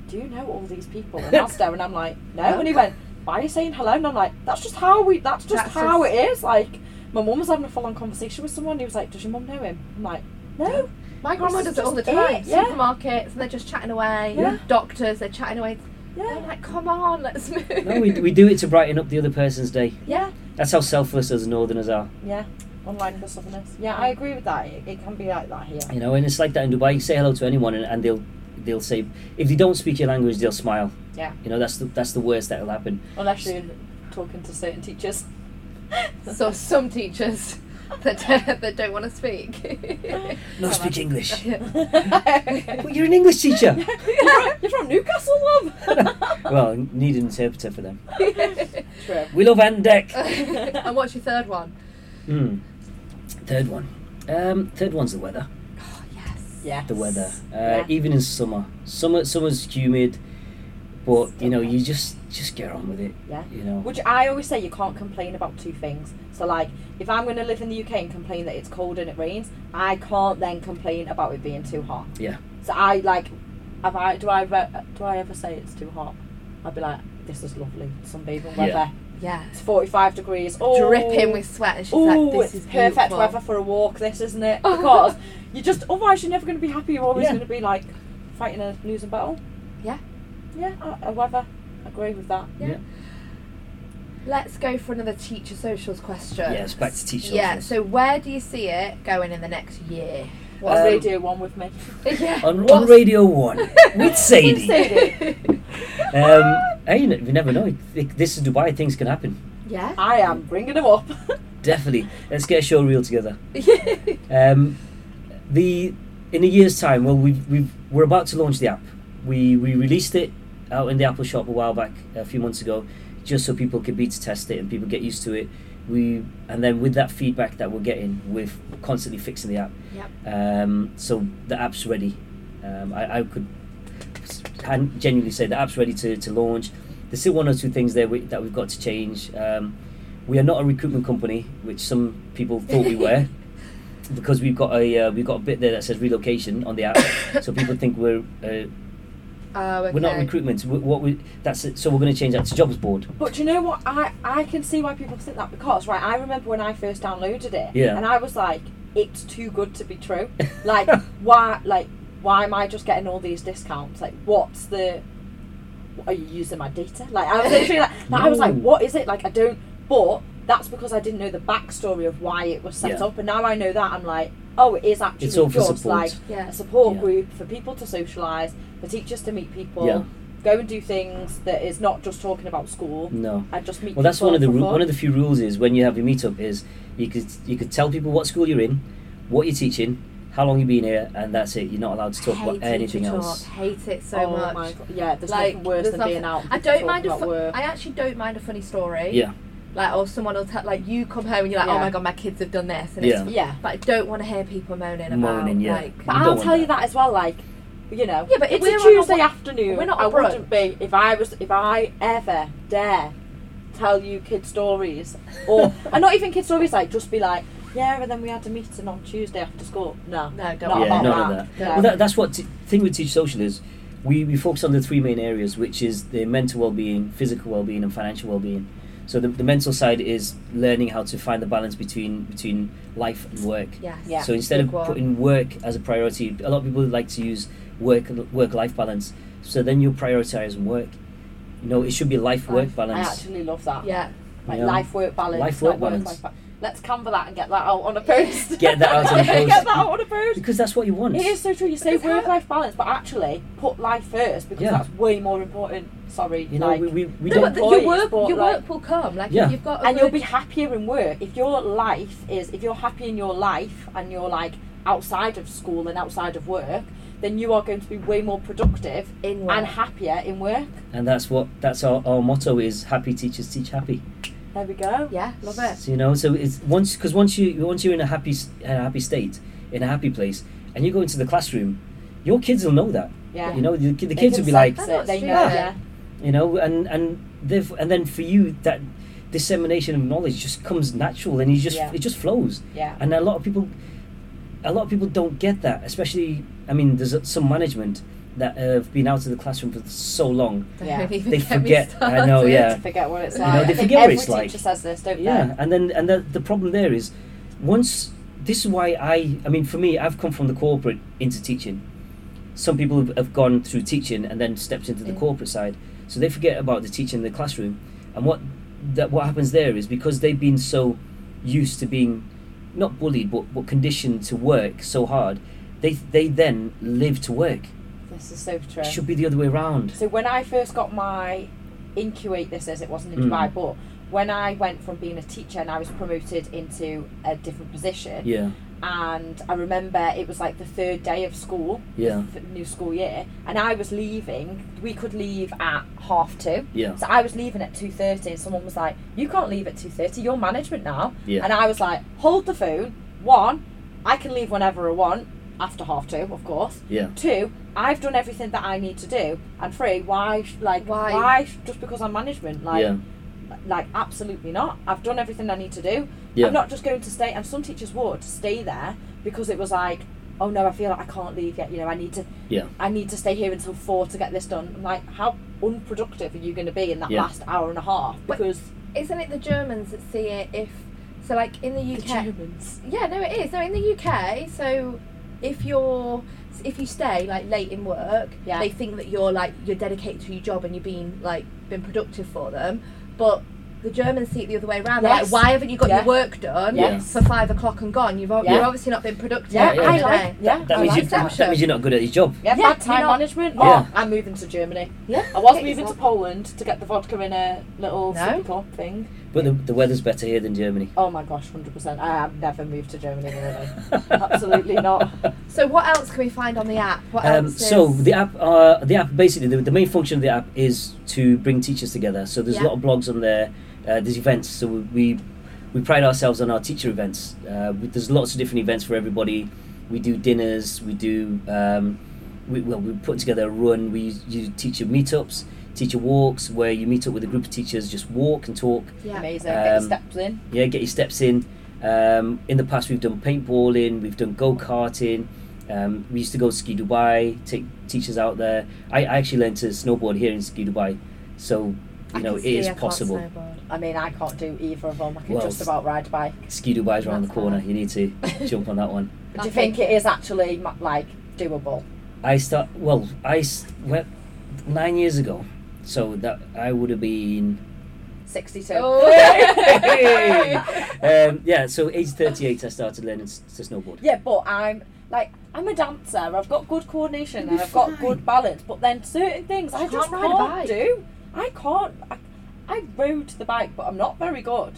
S3: "Do you know all these people?" And I was there, and I'm like, "No." And he went, "Why are you saying hello?" And I'm like, "That's just how we. That's just
S1: That's
S3: how
S1: just-
S3: it is." Like, my mum was having a full-on conversation with someone. He was like, "Does your mum know him?" I'm like, "No."
S1: My grandma
S3: This
S1: does
S3: is
S1: it all the
S3: just
S1: time.
S3: it, yeah.
S1: Supermarkets, and they're just chatting away.
S3: Yeah.
S1: Doctors, they're chatting away. I'm
S3: Yeah.
S1: like, come on, let's move.
S2: no, we, we do it to brighten up the other person's day.
S3: Yeah.
S2: That's how selfless us Northerners are,
S3: Yeah. Unlike the southerners. Yeah, I agree with that. It, it can be like that here.
S2: you know. And it's like that in Dubai. You say hello to anyone, and, and they'll they'll say if they don't speak your language, they'll smile.
S3: Yeah.
S2: You know, that's the that's the worst that'll happen.
S3: Unless you're talking to certain teachers.
S1: So some teachers. that,
S2: uh,
S1: that don't want to speak.
S2: No speak English.
S1: Yeah.
S2: Well, you're an English teacher.
S3: you're, from, you're from Newcastle, love.
S2: well, need an interpreter for them.
S3: True.
S2: Willow Van Deck.
S1: and what's your third one?
S2: Hmm. Third one. Um, third one's the weather.
S1: Oh, yes.
S3: Yes.
S2: The weather. Uh,
S3: Yeah.
S2: Even in summer, summer, summer's humid, but you know, you just just get on with it.
S3: Yeah.
S2: You know.
S3: Which I always say you can't complain about two things. So like, if I'm going to live in the UK and complain that it's cold and it rains, I can't then complain about it being too hot.
S2: Yeah.
S3: So I like, if I do I ever do I ever say it's too hot? I'd be like, this is lovely sunbathing
S2: Yeah.
S3: weather.
S1: Yeah.
S3: It's 45 degrees. Oh,
S1: Dripping with sweat, and she's
S3: Ooh,
S1: like, "This
S3: it's
S1: is
S3: perfect
S1: beautiful."
S3: weather for a walk. This isn't it? Because you just otherwise you're never going to be happy. You're always
S2: Yeah.
S3: going to be like fighting a losing battle.
S1: Yeah.
S3: Yeah. I- I weather. Agree with that.
S1: Yeah. Let's go for another teacher socials question.
S2: Yes, back to teacher
S1: Yeah.
S2: socials.
S1: So where do you see it going in the next year?
S3: What's
S2: Um,
S3: they do one with me?
S1: yeah.
S2: On, on
S1: What's-
S2: Radio One with Sadie.
S3: Sadie.
S2: Um, hey, you, know, you never know. Th- This is Dubai. Things can happen.
S1: Yeah.
S3: I am bringing them up.
S2: Definitely. Let's get a show reel together.
S1: yeah.
S2: Um, the in a year's time, well, we've, we've we're about to launch the app. We we released it out in the Apple Shop a while back, a few months ago, just so people could be to test it and people get used to it. We and then with that feedback that we're getting, we're constantly fixing the app.
S1: Yep.
S2: Um, so the app's ready. Um, I, I could s- hand- genuinely say the app's ready to, to launch. There's still one or two things there we, that we've got to change. Um, we are not a recruitment company, which some people thought we were, because we've got a uh, we've got a bit there that says relocation on the app, so people think we're uh,
S1: Oh, okay.
S2: we're not recruitment. We, what we that's it. so we're going to change that to jobs board.
S3: But you know what? I I can see why people think that because right, I remember when I first downloaded it,
S2: Yeah.
S3: and I was like, it's too good to be true. Like why? Like why am I just getting all these discounts? Like what's the? Are you using my data? Like I was literally like, like, I was like,
S2: No.
S3: what is it? Like I don't. But that's because I didn't know the backstory of why it was set
S2: Yeah.
S3: up, and now I know that I'm like, oh, it is actually
S2: It's all for
S3: just
S2: support.
S3: like a
S1: Yeah.
S3: support
S2: Yeah.
S3: group for people to socialise, for teachers to meet people,
S2: Yeah.
S3: go and do things that is not just talking about school.
S2: No.
S3: I just meet.
S2: Well, that's
S3: people
S2: one of the
S3: for
S2: ru-
S3: fun.
S2: one of the few rules is when you have your meetup is you could you could tell people what school you're in, what you're teaching, how long you've been here, and that's it. You're not allowed to talk
S1: Hate
S2: about
S1: teacher
S2: anything
S1: talk.
S2: else.
S1: Hate it so
S3: oh
S1: much.
S3: My God. Yeah, there's
S1: like
S3: nothing worse
S1: there's
S3: than
S1: nothing-
S3: being out.
S1: I don't
S3: talking
S1: mind a
S3: about
S1: fu-
S3: work.
S1: I actually don't mind a funny story.
S2: Yeah,
S1: Like or someone will tell like you come home and you're like,
S3: Yeah.
S1: oh my god, my kids have done this, and
S2: Yeah.
S1: it's,
S3: yeah,
S1: but I don't want to hear people moaning about
S2: Moaning, yeah.
S1: like.
S3: but
S2: You don't
S3: I'll
S2: want
S3: tell you
S2: that.
S3: that as well. Like, you know,
S1: Yeah, but
S3: it's
S1: we're
S3: a
S1: on a
S3: Tuesday
S1: wa-
S3: afternoon.
S1: we're not
S3: I
S1: a brunch.
S3: wouldn't be if I was if I ever dare tell you kid stories or and not even kid stories. Like, just be like, yeah, and then we had a meeting on Tuesday after school. No,
S1: No, don't.
S3: Not
S1: worry
S2: yeah,
S3: about
S2: none of that.
S3: that.
S1: No.
S3: Yeah.
S2: Well, that, that's what t- thing with Teach Social is. We, we focus on the three main areas, which is the mental well-being, physical well-being, and financial well-being. So the, the mental side is learning how to find the balance between between life and work.
S1: Yes.
S3: Yeah.
S2: So instead of
S1: Big one.
S2: putting work as a priority, a lot of people like to use work work life balance. So then you prioritize work. You know, it should be life work
S1: Life.
S3: I
S2: balance.
S3: actually love that.
S1: Yeah.
S3: like
S2: Yeah.
S3: life work balance.
S2: Life
S3: not
S2: work balance.
S3: life ba- Let's cover that and get that out on a post.
S2: Get that out on a post.
S3: get that out on a post.
S2: because that's what you want.
S3: It is so true. You say
S1: Because how-
S3: work life balance, but actually put life first because
S2: Yeah.
S3: that's way more important. Sorry,
S2: You know,
S3: like,
S2: we, we, we
S1: No,
S2: don't.
S1: but
S3: don't
S1: the, your
S3: boys,
S1: work,
S3: but,
S1: your
S3: like-
S1: work will come. Like
S2: Yeah.
S1: if you've got, a
S3: and you'll
S1: good-
S3: be happier in work if your life is if you're happy in your life and you're like outside of school and outside of work, then you are going to be way more productive
S1: in
S3: and
S1: work.
S3: happier in work.
S2: and that's what that's our, our motto is: happy teachers teach happy.
S3: There we go.
S1: Yeah, love it.
S2: So, you know, so it's once because once you once you're in a happy s- in a happy state, in a happy place, and you go into the classroom, your kids will know that.
S3: Yeah.
S2: You know, the, the
S3: They
S2: kids
S3: can
S2: will be like,
S3: sense
S1: "Oh,
S3: it. they
S1: that's
S3: know,
S2: true."
S3: yeah.
S2: you know, and and they've, and then for you that dissemination of knowledge just comes natural, and you just
S3: Yeah.
S2: it just flows.
S3: yeah.
S2: And a lot of people, a lot of people don't get that. Especially, I mean, there's some management that have been out of the classroom for so long.
S1: Don't
S3: Yeah.
S1: even
S2: They
S1: get
S2: forget.
S1: Me
S2: I know,
S1: started.
S2: yeah.
S3: They forget what it's
S1: You know,
S3: like. I
S1: they
S3: think
S2: forget what
S3: every
S2: it's
S3: teacher
S2: like.
S3: says this, don't
S2: Yeah, and then and the, the problem there is, once this is why I I mean for me I've come from the corporate into teaching. Some people have, have gone through teaching and then stepped into the
S1: Mm.
S2: corporate side, so they forget about the teaching in the classroom, and what that what happens there is because they've been so used to being not bullied but, but conditioned to work so hard, they they then live to work.
S3: they? This is so true.
S2: It should be the other way around.
S3: So when I first got my in Kuwait this is, it wasn't in
S2: Mm.
S3: Dubai, but when I went from being a teacher and I was promoted into a different position,
S2: Yeah.
S3: and I remember it was like the third day of school,
S2: Yeah.
S3: f- new school year, and I was leaving. We could leave at half two.
S2: Yeah.
S3: So I was leaving at 2.30 and someone was like, you can't leave at 2.30, you're management now.
S2: Yeah.
S3: And I was like, hold the phone. One, I can leave whenever I want, after half two, of course.
S2: Yeah.
S3: Two, I've done everything that I need to do. And three, why, sh- like,
S1: Why?
S3: why sh- just because I'm management? Like,
S2: yeah.
S3: like absolutely not. I've done everything I need to do.
S2: Yeah.
S3: I'm not just going to stay. And some teachers would stay there because it was like, oh no, I feel like I can't leave yet. You know, I need to.
S2: Yeah.
S3: I need to stay here until four to get this done. I'm like, how unproductive are you going to be in that
S2: Yeah.
S3: last hour and a half?
S1: But-
S3: Because
S1: Isn't it the Germans that see it if so like in the
S3: the
S1: UK
S3: Germans.
S1: Yeah, no, it is. No, in the UK, so if you're if you stay like late in work,
S3: Yeah.
S1: they think that you're like you're dedicated to your job and you've been like been productive for them. But the Germans see it the other way around. They're
S3: Yes.
S1: like, why haven't you got
S3: Yeah.
S1: your work done
S3: Yes.
S1: for five o'clock and gone? You've, o-
S2: Yeah.
S1: you've obviously not been productive.
S3: Yeah,
S2: Yeah,
S3: I
S1: today."
S3: like. Yeah,
S2: That
S3: I
S2: means
S3: like
S2: you.
S1: that.
S2: That means you're not good at your job.
S3: Yeah,
S1: Yeah,
S3: bad time
S1: you know-
S3: management.
S2: Yeah.
S3: Oh, I'm moving to Germany.
S1: Yeah,
S3: I was
S1: get
S3: moving to
S1: yourself-
S3: Poland to get the vodka in a little
S1: No.
S3: sippy cup thing.
S2: But the, the weather's better here than Germany.
S3: Oh my gosh, hundred percent. I have never moved to Germany. Really. Absolutely not.
S1: So what else can we find on the app? What
S2: Um,
S1: else?
S2: so
S1: is-
S2: the app, uh, the app basically the, the main function of the app is to bring teachers together. So there's a
S1: Yeah.
S2: lot of blogs on there. Uh, there's events. So we we pride ourselves on our teacher events. Uh, we, there's lots of different events for everybody. We do dinners. We do um, we, well we put together a run. We do teacher meetups, teacher walks, where you meet up with a group of teachers, just walk and talk.
S1: yeah.
S3: Amazing. Get
S2: Um,
S3: your steps in.
S2: yeah, get your steps in. Um, in the past, we've done paintballing, we've done go karting. Um, we used to go ski Dubai, take teachers out there. I, I actually learned to snowboard here in ski Dubai, so
S1: I
S2: you know
S1: can
S2: it
S1: see I
S2: is
S1: can't
S2: possible.
S1: snowboard.
S3: I mean, I can't do either of them. I can
S2: Well,
S3: just about ride a bike.
S2: Ski Dubai is around the
S1: That's
S2: corner.
S1: fine.
S2: You need to jump on that one.
S3: Do
S1: Okay.
S3: you think it is actually ma- like doable?
S2: I start well. I s- went nine years ago, so that I would have been
S3: Sixty-two.
S2: um, yeah. So age thirty eight, I started learning s- to snowboard.
S3: yeah, but I'm like I'm a dancer. I've got good coordination
S2: You'll
S3: and
S2: be
S3: I've got
S2: fine.
S3: good balance. But then certain things I
S1: Can't
S3: just
S1: ride a
S3: can't
S1: bike.
S3: do. I can't. I, I rode the bike, but I'm not very good.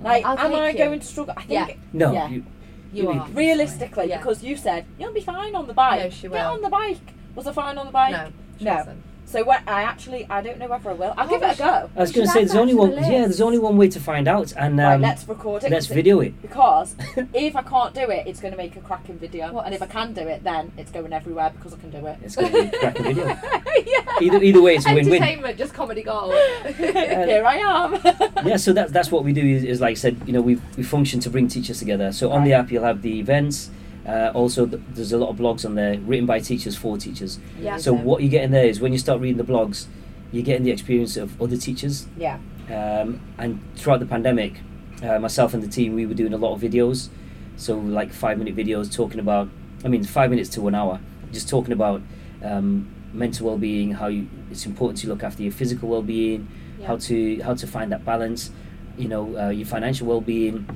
S3: Like,
S1: Mm. I'll
S3: am
S1: take
S3: I
S1: you.
S3: going to struggle? I think
S1: Yeah.
S2: No,
S3: Yeah.
S2: you-
S1: You are
S3: realistically,
S1: Yeah.
S3: because you said you'll be fine on the bike.
S1: No, she
S3: Get
S1: will.
S3: on the bike. Was I fine on the bike?
S1: no, she
S3: No.
S1: wasn't.
S3: So what? I actually, I don't know whether I will. I'll
S1: Oh,
S3: give
S1: we
S3: it a
S1: should-
S3: go.
S2: I was
S1: We
S2: going to
S1: should
S2: say
S1: add
S2: there's
S1: that
S2: only
S1: to the
S2: one. yeah, there's
S1: list.
S2: only one way to find out, and um,
S3: right, let's record it.
S2: let's
S3: 'cause it-
S2: video it.
S3: Because if I can't do it, it's going to make a cracking video.
S1: What?
S3: And if I can do it, then it's going everywhere because I can do it.
S2: It's going to be a cracking video.
S3: yeah.
S2: Either either way, it's a win-win.
S1: Entertainment, just comedy gold.
S3: Here I am.
S2: Yeah, so that's that's what we do. Is, is like I said, you know, we we function to bring teachers together. So on the app, you'll have the events. Uh, also, th- there's a lot of blogs on there written by teachers for teachers.
S1: Yeah.
S2: So what you get in there is when you start reading the blogs, you're getting the experience of other teachers.
S3: Yeah.
S2: Um, and throughout the pandemic, uh, myself and the team, we were doing a lot of videos. So, like five minute videos talking about, I mean, five minutes to an hour, just talking about um, mental well being, how you, it's important to look after your physical well being, how to how to find that balance, you know, uh, your financial well being.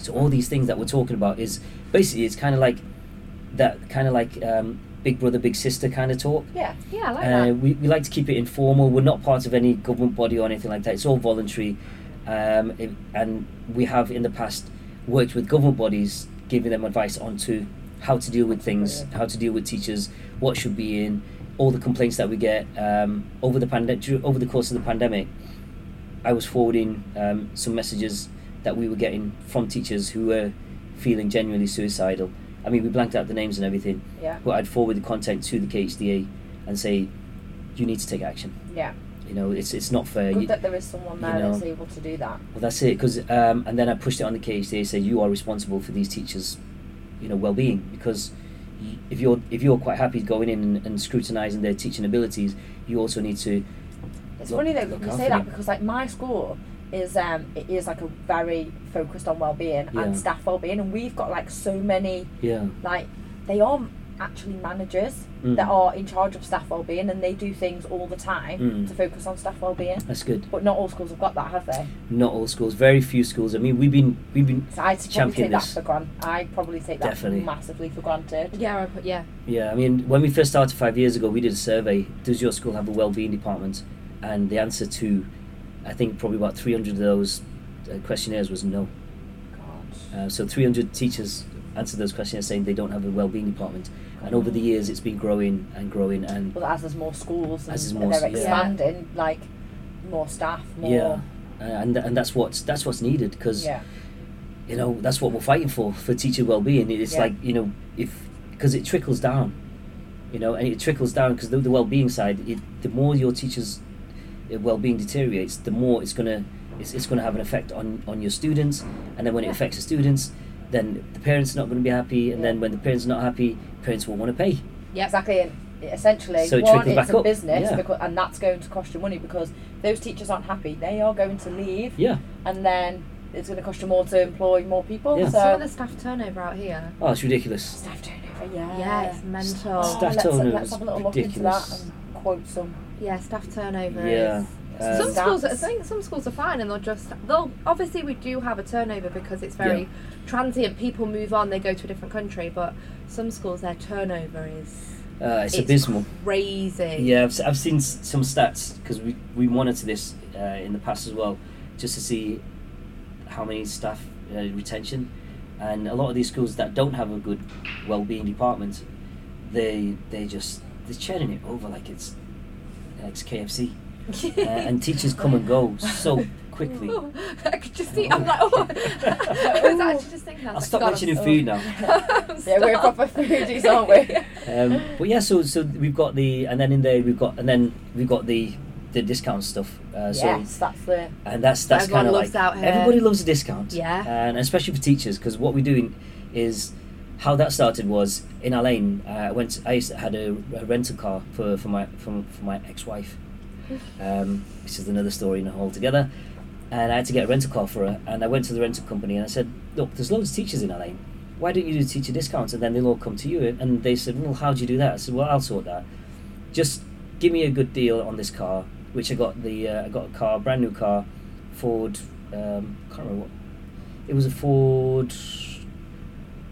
S2: So all these things that we're talking about is basically it's kind of like that kind of like um, big brother big sister kind of talk.
S3: Yeah.
S1: yeah, I like
S2: Uh,
S1: that.
S2: we, we like to keep it informal. We're not part of any government body or anything like that. It's all voluntary. Um, it- and we have in the past worked with government bodies, giving them advice on to how to deal with things, how to deal with teachers, what should be in, all the complaints that we get um, over the pandemic. Over the course of the pandemic, I was forwarding um, some messages that we were getting from teachers who were feeling genuinely suicidal. I mean, we blanked out the names and everything,
S3: Yeah.
S2: but I'd forward the content to the KHDA and say, you need to take action.
S3: Yeah.
S2: You know, it's it's not fair.
S3: Good
S2: You,
S3: that there is someone there
S2: you know.
S3: that's able to do that.
S2: well, that's it. Because um, and then I pushed it on the KHDA, say you are responsible for these teachers, you know, well-being. Because y- if you're if you're quite happy going in and, and scrutinising their teaching abilities, you also need to.
S3: It's
S2: Look-
S3: funny though
S2: look
S3: that you
S2: out
S3: say
S2: for
S3: that
S2: them.
S3: because like my school is um it is like a very focused on well-being
S2: Yeah.
S3: and staff well-being and we've got like so many
S2: Yeah.
S3: like they are actually managers
S2: Mm.
S3: that are in charge of staff well-being and they do things all the time
S2: Mm.
S3: to focus on staff well-being
S2: That's good.
S3: but not all schools have got that have they
S2: Not all schools, very few schools. I mean, we've been we've been
S3: so i probably
S2: Champion
S3: take that
S2: this.
S3: for granted i probably take that
S2: Definitely.
S3: massively for granted
S1: yeah, I put yeah.
S2: Yeah, I mean, when we first started five years ago, we did a survey. Does your school have a well-being department? and the answer to, I think probably about 300 of those uh, questionnaires was no.
S3: God.
S2: Uh, so 300 teachers answered those questionnaires saying they don't have a well-being department, and over the years it's been growing and growing and
S3: Well, as there's more schools and,
S2: As there's
S3: and
S2: more
S3: they're
S2: s- yeah.
S3: expanding, like more staff, more.
S2: yeah, uh, and and that's what's that's what's needed because
S3: Yeah.
S2: you know that's what we're fighting for for teacher well-being it's
S3: Yeah.
S2: like you know if because it trickles down you know and it trickles down because the, the well-being side it, the more your teachers uh, well-being deteriorates the more it's gonna it's, it's gonna have an effect on on your students and then when it
S3: Yeah.
S2: affects the students then the parents are not going to be happy and
S3: Yeah.
S2: then when the parents are not happy parents will want to pay
S1: Yep.
S3: Exactly. And essentially,
S2: So it
S3: one,
S2: trickles
S3: it's
S2: back
S3: a
S2: up,
S3: business,
S2: yeah.
S3: because, and that's going to cost you money because if those teachers aren't happy. They are going to leave,
S2: yeah
S3: and then it's going to cost you more to employ more people.
S2: Yeah.
S1: Some of
S3: So
S1: the staff turnover out here.
S2: oh it's ridiculous
S3: staff turnover,
S1: Yeah,
S3: yeah.
S1: it's
S2: S-
S1: mental.
S3: Oh,
S2: Staff
S3: let's,
S2: turnover
S3: Let's
S2: is
S3: have a little look
S2: ridiculous.
S3: into that and quote some.
S1: yeah, staff turnover.
S2: yeah
S1: Is,
S2: Um,
S1: some schools, I
S3: Stats.
S1: think some schools are fine, and they'll just they'll obviously we do have a turnover because it's very
S2: Yeah.
S1: transient. People move on, they go to a different country, but some schools their turnover is
S2: uh, it's abysmal
S1: crazy.
S2: Yeah, I've, s- I've seen s- some stats because we, we monitor this uh, in the past as well, just to see how many staff uh, retention, and a lot of these schools that don't have a good well-being department, they they just they're churning it over like it's like it's KFC, uh, and teachers come and go so quickly.
S1: Oh, I could just see. I'm like, oh, I was actually just thinking. I
S2: I'll
S1: was
S2: stop
S1: like,
S2: mentioning
S1: God,
S2: food now.
S1: I'm
S3: Yeah, we're
S1: stuck.
S3: proper foodies, aren't we?
S2: Um, but yeah, so so we've got the and then in there we've got and then we've got the the discount stuff. Uh, so
S3: yes, that's the.
S2: and that's that's
S1: Everyone
S2: kind of
S1: loves
S2: like
S1: out here.
S2: everybody loves a discount.
S1: Yeah.
S2: and especially for teachers, because what we're doing is how that started was in our lane. Uh, I went. I used to, had a, a rental car for for my for, for my ex-wife, um, which is another story in a whole together. And I had to get a rental car for her. And I went to the rental company and I said, "Look, there's loads of teachers in our lane. Why don't you do teacher discounts?" And then they'll all come to you. And they said, "Well, how do you do that?" I said, "Well, I'll sort that. Just give me a good deal on this car." Which I got the uh, I got a car, brand new car, Ford. Um, can't remember what it was a Ford.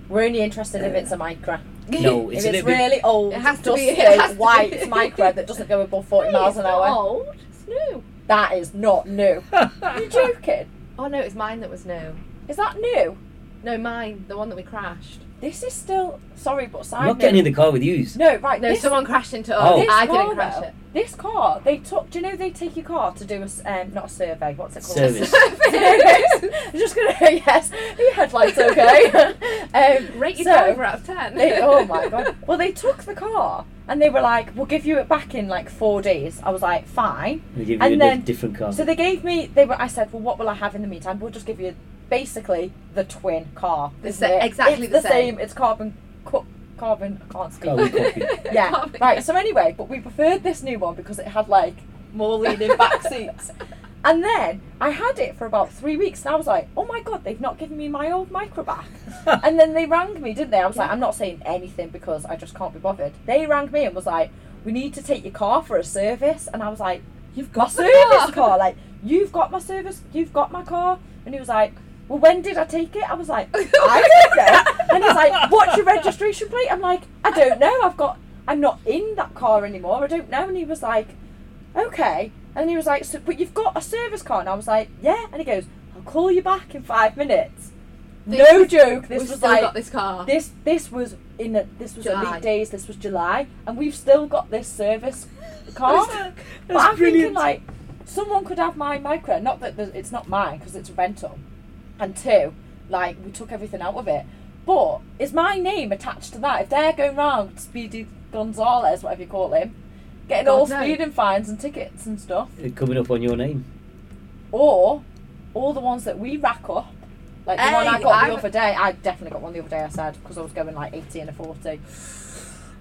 S3: We're only interested if it's a micro.
S2: No,
S3: If
S2: it's
S3: it's,
S2: a little bit-
S3: really old,
S1: It has to
S3: dusty,
S1: be- it has to
S3: white
S1: be.
S3: micro that doesn't go above 40
S1: Hey,
S3: miles
S1: it's
S3: an
S1: not
S3: hour.
S1: Old. It's new.
S3: That is not new. Are you joking?
S1: Oh no, it's mine that was new.
S3: Is that new?
S1: No, mine, the one that we crashed.
S3: This is still. Sorry, but
S2: I'm
S3: side
S2: not getting in
S3: note-
S2: the car with you.
S3: No, right.
S1: No,
S3: this,
S1: someone crashed into us.
S2: Oh.
S3: this
S1: I
S3: car,
S1: didn't crash
S3: though,
S1: it.
S3: This car, they took. Do you know they take your car to do a s- um, not a survey? What's it called?
S2: Service.
S3: Service. I'm just gonna yes. Your headlights okay. um,
S1: Rate your
S3: so,
S1: driver out of ten.
S3: They, oh my god. Well, they took the car and they were like, "We'll give you it back in like four days." I was like, "Fine."
S2: They give you
S3: And
S2: a
S3: then-
S2: different car.
S3: So they gave me. They were. I said, "Well, what will I have in the meantime?" We'll just give you basically the twin car.
S1: The
S3: isn't
S1: sa-
S3: it?
S1: exactly
S3: It's
S1: the
S3: the
S1: same.
S3: same. It's carbon. Co- carbon. I can't speak.
S2: Car with coffee.
S3: yeah.
S1: Carbon.
S3: Right. So anyway, but we preferred this new one because it had like more leaning back seats. And then I had it for about three weeks, and I was like, "Oh my god, they've not given me my old micro back." and then they rang me, didn't they? I was like, I'm not saying anything because I just can't be bothered. They rang me and was like, we need to take your car for a service, and I was like, you've got my
S1: the
S3: service
S1: car.
S3: car. like you've got my service, you've got my car, and he was like. Well, when did I take it? I was like, I don't know. And he's like, "What's your registration plate?" I'm like, "I don't know. I've got. I'm not in that car anymore. I don't know." And he was like, okay. And he was like, so, but you've got a service car. And I was like, yeah. And he goes, I'll call you back in five minutes.
S1: This
S3: no
S1: was-
S3: joke. This
S1: We've
S3: was
S1: still
S3: like
S1: got this car.
S3: this. This was in the. This was
S1: July.
S3: elite days. This was July, and we've still got this service car.
S2: That's-
S3: but I'm
S2: that's
S3: thinking
S2: brilliant.
S3: like, someone could have my micro. Not that there's- it's not mine because it's a rental, and two, like we took everything out of it. But is my name attached to that? If they're going round Speedy Gonzalez, whatever you call him, getting
S1: God,
S3: all
S1: no.
S3: speeding fines and tickets and stuff,
S2: It Coming up on your name.
S3: or all the ones that we rack up. Like the one I
S1: Hey,
S3: got
S1: I've-
S3: the other day, I definitely got one the other day. I said because I was going like eighty and a forty.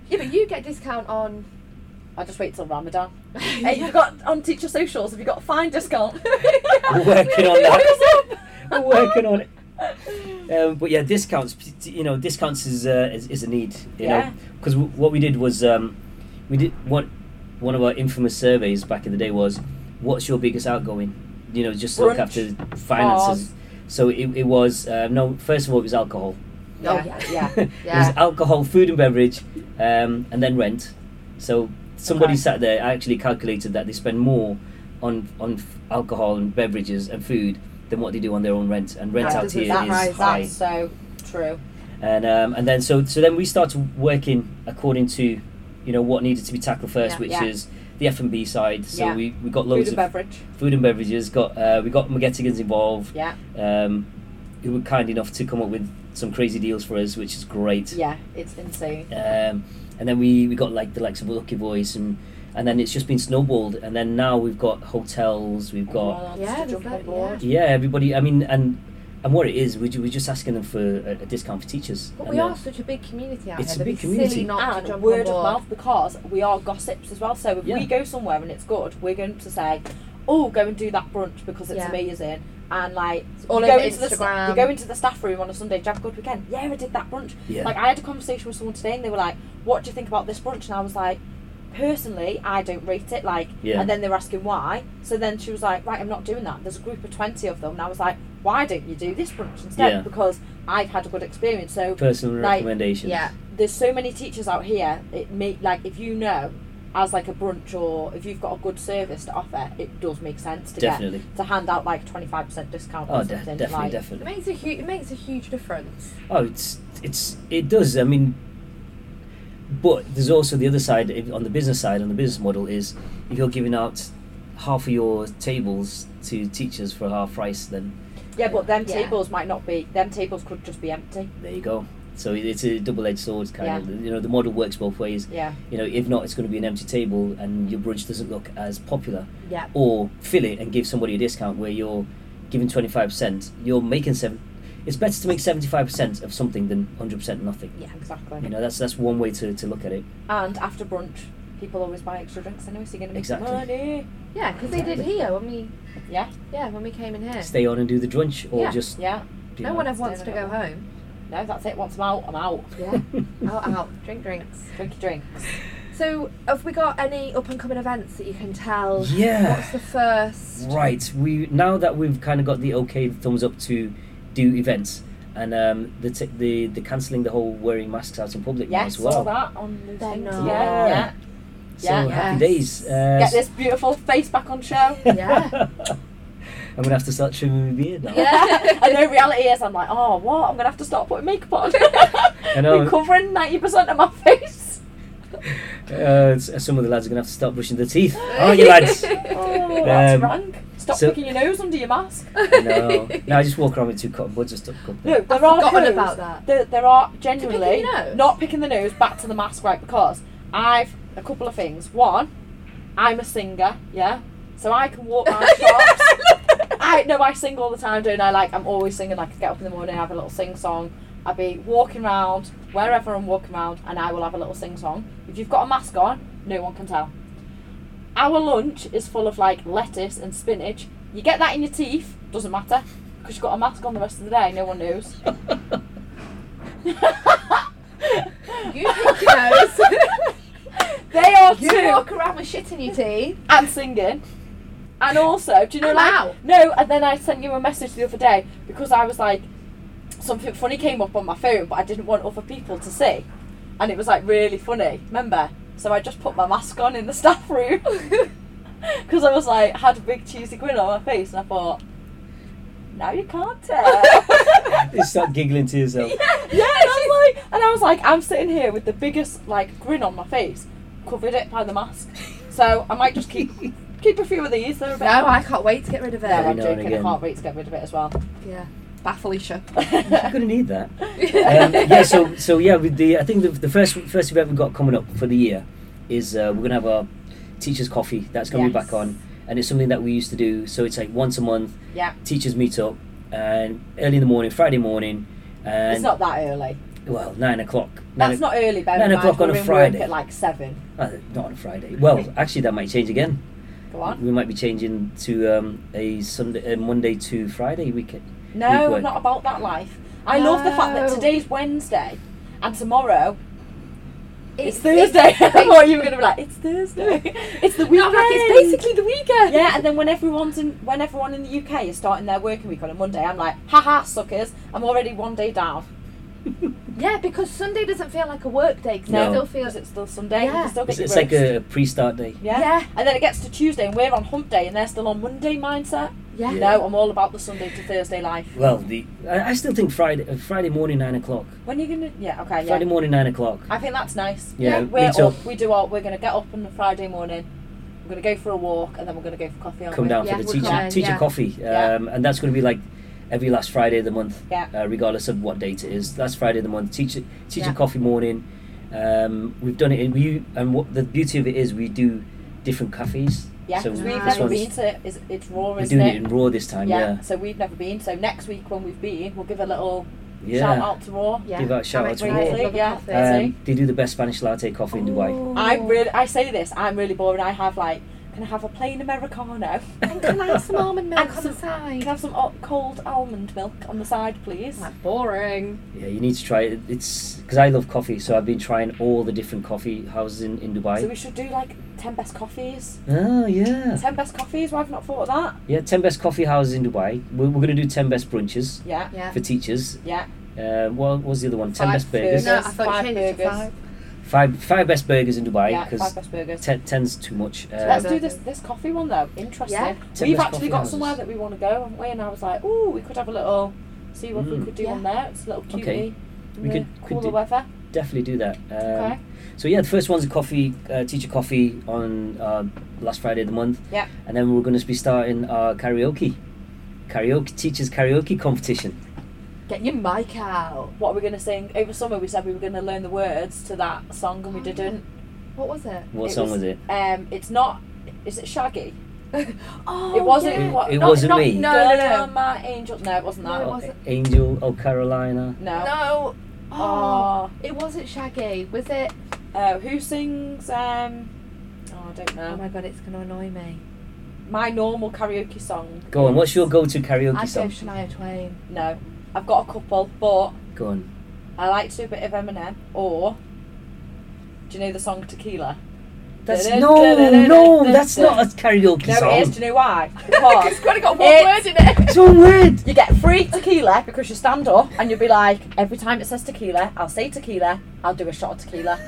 S1: Yeah, but you get discount on.
S3: I just wait till Ramadan. Hey, you've got on teacher socials. Have you got a fine discount?
S2: We're working on that. We're
S3: Look us up. Oh,
S2: working on it. Um, but yeah, discounts. p- t- You know, discounts is uh, is, is a need. You know,
S3: Yeah.
S2: because w- what we did was um, we did one one of our infamous surveys back in the day was, what's your biggest outgoing? You know, just to look
S3: Brunch,
S2: after finances. So it, it was uh, no. First of all, it was alcohol.
S3: Yeah,
S1: Oh,
S3: yeah,
S2: it was
S1: Yeah.
S2: alcohol, food and beverage, um, and then rent. So somebody
S3: Okay.
S2: sat there. I actually calculated that they spend more on on f- alcohol and beverages and food than what they do on their own rent. And rent
S1: That
S2: out
S1: doesn't-
S2: here is
S1: that right,
S2: high.
S3: That's so true.
S2: and um, and then so so then we started working according to you know what needed to be tackled first
S3: Yeah.
S2: which
S3: Yeah.
S2: is the f&b side so
S3: Yeah.
S2: we, we got
S3: Food
S2: loads
S3: and
S2: of
S3: beverage.
S2: food and beverages got uh, we got McGettigans involved
S3: Yeah.
S2: um, who were kind enough to come up with some crazy deals for us which is great
S3: Yeah, it's insane.
S2: um, and then we, we got like the likes of Lucky Voice and and then it's just been snowballed and then now we've got hotels we've got
S3: Everyone wants
S1: Yeah,
S3: to
S1: there's
S3: jump on
S1: that,
S3: board.
S2: yeah everybody I mean and and what it is we ju- we're just asking them for a, a discount for teachers
S1: But
S2: and
S1: we
S2: then-
S1: are such a big community out
S2: It's
S1: here.
S2: a big
S1: It'd be
S2: community.
S1: Silly not to
S3: and
S1: jump on
S3: word of
S1: board.
S3: mouth because we are gossips as well. So if
S2: Yeah.
S3: we go somewhere and it's good, we're going to say, "Oh, go and do that brunch because it's
S1: Yeah.
S3: amazing." And like,
S1: It's all
S3: you
S1: over
S3: go into the sta-
S1: Instagram.
S3: you go into the staff room on a Sunday. Did you have a good weekend? Yeah, I did that brunch.
S2: yeah
S3: Like I had a conversation with someone today, and they were like, "What do you think about this brunch?" And I was like, "Personally, I don't rate it." Like,
S2: Yeah.
S3: and then they were asking why. So then she was like, "Right, I'm not doing that." There's a group of twenty of them, and I was like, "Why don't you do this brunch instead?"
S2: Yeah.
S3: Because I've had a good experience. So
S2: personal
S3: like,
S2: recommendations
S1: Yeah.
S3: there's so many teachers out here. It make like if you know, as like a brunch or if you've got a good service to offer, it does make sense to
S2: definitely
S3: get to hand out like twenty five percent discount.
S2: Oh,
S3: or
S2: de-
S3: something,
S2: definitely,
S3: like,
S1: It
S2: definitely.
S1: makes a huge. It makes a huge difference.
S2: Oh, it's it's it does. I mean, but there's also the other side if- on the business side on the business model is if you're giving out half of your tables to teachers for half price, then
S3: Yeah, but them
S1: Yeah.
S3: tables might not be. Them tables could just be empty.
S2: there you go. So it- it's a double-edged sword kind
S3: Yeah.
S2: of. You know, the model works both ways.
S3: Yeah.
S2: You know, if not, it's going to be an empty table, and your brunch doesn't look as popular.
S1: Yeah.
S2: Or fill it and give somebody a discount where you're giving twenty-five percent. You're making seven. It's better to make seventy-five percent of something than hundred percent nothing.
S3: Yeah, exactly.
S2: You know, that's that's one way to, to look at it.
S3: And after brunch, people always buy extra drinks anyway, so you're gonna make
S2: Exactly.
S3: money.
S1: Yeah, because they did here when we.
S3: Yeah.
S1: Yeah, when we came in here.
S2: Stay on and do the drunch, or
S1: Yeah.
S2: just
S3: Yeah.
S2: you
S1: no
S2: know.
S1: one ever wants to
S3: Stay
S1: go
S3: on
S1: home.
S3: No, that's it. Once I'm out, I'm out.
S1: Yeah. out, out. Drink drinks.
S3: Drinky drinks.
S1: So, have we got any up and coming events that you can tell?
S2: Yeah.
S1: What's the first?
S2: Right, we now that we've kind of got the okay the thumbs up to do events, and um, the t- the the cancelling the whole wearing masks out in public now
S3: Yeah,
S2: as
S3: saw
S2: well.
S3: that on the
S1: They're
S3: thing.
S1: not.
S3: Yeah, yeah.
S2: So
S3: Yeah.
S2: happy
S1: Yes.
S2: days. Uh,
S3: Get this beautiful face back on show.
S1: Yeah.
S2: I'm gonna have to start trimming my beard now.
S1: Yeah.
S3: I know reality is I'm like, oh what? I'm gonna have to start putting makeup on.
S2: I know.
S3: You're covering ninety percent of my face.
S2: Uh, s- some of the lads are gonna have to start brushing their teeth, aren't you, lads?
S3: Oh, that's
S2: Um,
S3: rank. Stop
S2: so-
S3: picking your nose under your mask.
S2: no, no, I just walk around with two cotton buds or stuff. cup
S3: No,
S2: there.
S3: there are
S1: forgotten
S3: pros-
S1: about that.
S3: There, there are
S1: your
S3: genuinely
S1: nose?
S3: not picking the nose back to the mask, right? Because I've a couple of things. One, I'm a singer, yeah, so I can walk around shops. I no, I sing all the time, don't I? Like I'm always singing. Like I get up in the morning, I have a little sing song. I'll be walking around wherever I'm walking around, and I will have a little sing song. If you've got a mask on, no one can tell. Our lunch is full of like lettuce and spinach. You get that in your teeth, doesn't matter, because you've got a mask on the rest of the day. No one knows.
S1: You pick your nose.
S3: They are
S1: you
S3: too.
S1: walk around with shit in your teeth.
S3: And singing. And also, do you know,
S1: I'm
S3: like,
S1: out.
S3: no, and then I sent you a message the other day because I was like, something funny came up on my phone, but I didn't want other people to see. And it was like really funny, remember? So I just put my mask on in the staff room because I was like, had a big cheesy grin on my face, and I thought, now you can't tell.
S2: You start giggling to yourself.
S3: yeah, and I was like, and I was like, I'm sitting here with the biggest like grin on my face, covered it by the mask. So I might just keep keep a few of these. They're a bit.
S1: No, I can't wait to get rid of it.
S3: no, I'm
S2: now and
S3: joking. I
S2: again.
S3: can't wait to get rid of it as well.
S1: Yeah. Baffleisha.
S2: I'm gonna need that. um, yeah, so so yeah, with the I think the, the first first event we've got coming up for the year is uh, we're gonna have our teachers' coffee. That's gonna be back
S3: Yes.
S2: on, and it's something that we used to do. So it's like once a month,
S3: Yeah.
S2: teachers meet up, and early in the morning, Friday morning, and
S3: it's not that early.
S2: well nine o'clock. Nine
S3: That's
S2: o-
S3: not early, bear
S2: nine
S3: in mind,
S2: o'clock on
S3: we're
S2: a
S3: in work
S2: Friday.
S3: At like seven.
S2: uh, not on a Friday. Well, actually, that might change again.
S3: Go on.
S2: We might be changing to um, a Sunday, a Monday to Friday weekend.
S3: No,
S2: work.
S3: I'm not about that life. I love the fact that
S1: No.
S3: today's Wednesday, and tomorrow it's, Thursday. I thought you were gonna be like, it's Thursday. It's the
S1: No, I'm
S3: weekend.
S1: like, it's basically the weekend.
S3: Yeah, and then when everyone's in, when everyone in the UK is starting their working week on a Monday, I'm like, haha, suckers! I'm already one day down.
S1: Yeah, because Sunday doesn't feel like a work day because
S2: No.
S1: I still feel
S3: Because it's still Sunday. You
S1: Yeah.
S3: can still get
S2: It's,
S3: your
S2: it's like
S3: breaks.
S2: a pre-start day.
S3: yeah.
S1: yeah,
S3: And then it gets to Tuesday and we're on hump day and they're still on Monday mindset.
S1: yeah,
S2: Yeah.
S3: No, I'm all about the Sunday to Thursday life.
S2: Well, the I, I still think Friday uh, Friday morning nine o'clock.
S3: When are you gonna? Yeah, okay, yeah.
S2: Friday morning nine o'clock.
S3: I think that's nice.
S2: Yeah, me
S3: we're
S2: too.
S3: up. We do all. We're gonna get up on the Friday morning. We're gonna go for a walk and then we're gonna go for coffee. Aren't
S2: Come
S3: we?
S2: down
S1: Yeah,
S2: for the
S1: we'll
S2: teacher
S1: come down,
S2: teacher
S1: yeah.
S2: coffee, um,
S3: Yeah.
S2: and that's going to be like every last Friday of the month,
S3: Yeah.
S2: uh, regardless of what date it is. Last Friday of the month, teacher teacher
S1: Yeah.
S2: coffee morning. Um, we've done it in we and what the beauty of it is we do different cafes.
S3: Yeah,
S2: so
S3: because
S2: this
S3: we've
S1: Nice.
S3: never
S2: one's-
S3: been to. Is it's raw,
S2: we're
S3: isn't
S2: doing
S3: it?
S2: it in raw this time. Yeah,
S3: So we've never been. So next week when we've been, we'll give a little
S2: yeah.
S3: shout out to raw.
S1: yeah.
S2: Give out a shout
S1: I'm
S2: out to
S1: excited.
S3: Raw.
S1: Love a
S3: Yeah.
S1: coffee.
S3: Uh, Thursday.
S2: Um, they do the best Spanish latte coffee in Dubai.
S3: I'm really. I say this. I'm really boring. I have like. Can I have a plain americano?
S2: Uh,
S1: And can I have some almond
S3: And
S1: milk on
S3: some-
S1: the
S3: Can I
S1: side?
S3: have some al- cold almond milk on the side, please?
S1: Like boring.
S2: Yeah, you need to try it. It's because I love coffee, so I've been trying all the different coffee houses in, in Dubai.
S3: So we should do like ten best coffees.
S2: oh yeah,
S3: Ten best coffees. Why have I not thought of that?
S2: yeah. Ten best coffee houses in Dubai. We're, we're gonna do ten best brunches
S3: Yeah.
S1: Yeah.
S2: for teachers.
S3: Yeah.
S2: Uh, what was the other one? Ten
S3: Five
S2: best burgers.
S1: No, I
S3: Burgers,
S1: thought you
S3: five
S1: changed it to
S3: burgers.
S1: five.
S2: Five five best burgers in Dubai
S3: yeah. Five
S2: because
S3: best burgers.
S2: ten, ten's too much.
S3: So let's
S2: Uh,
S3: do this this coffee one though. Interesting.
S1: Yeah.
S2: Ten
S3: We've
S2: best
S3: actually
S2: coffee
S3: got
S2: houses.
S3: somewhere that we want to go, haven't we? And I was like, ooh, we could have a little, see what we
S2: Mm.
S3: could do
S1: Yeah.
S3: on there. It's a little cutie.
S2: Okay.
S3: in
S2: We
S3: the
S2: could- could
S3: cooler
S2: do-
S3: weather.
S2: definitely do that. Um,
S3: okay.
S2: So yeah, the first one's a coffee uh, teacher coffee on uh, last Friday of the month.
S3: Yeah.
S2: And then we're going to be starting our karaoke, karaoke teachers karaoke competition.
S1: Get your mic out.
S3: What are we going to sing? Over summer, we said we were going to learn the words to that song, and we didn't.
S1: What was it?
S2: What
S3: It
S2: song
S3: was-
S2: was it?
S3: Um, it's not. Is it Shaggy?
S1: Oh,
S3: it wasn't.
S1: Yeah.
S3: What,
S2: It
S3: not,
S2: wasn't
S3: not,
S2: me.
S3: No,
S1: No,
S3: no,
S1: no.
S3: my angel. No, it wasn't that.
S1: No, it
S2: Oh,
S1: was it?
S2: Angel, Oh Carolina.
S3: No.
S1: No. Oh.
S3: Oh.
S1: It wasn't Shaggy, was it?
S3: Uh, who sings? Um. Oh, I don't know.
S1: Oh my god, it's gonna annoy me.
S3: my normal karaoke song.
S2: Go on. What's your go-to karaoke
S1: I go
S2: song?
S1: Shania Twain.
S3: No, I've got a couple, but
S2: Go on.
S3: I like to do a bit of Eminem. Or do you know the song Tequila?
S2: That's
S3: Dun,
S2: no,
S3: dun, dun, dun,
S2: no.
S3: dun,
S2: That's
S3: dun.
S2: not a karaoke
S3: No, it is.
S2: song.
S3: Do you know why? Because
S1: got got
S3: It's-
S1: in it.
S2: It's one word.
S3: you get free tequila because you stand up and you'll be like, every time it says tequila, I'll say tequila, I'll do a shot of tequila.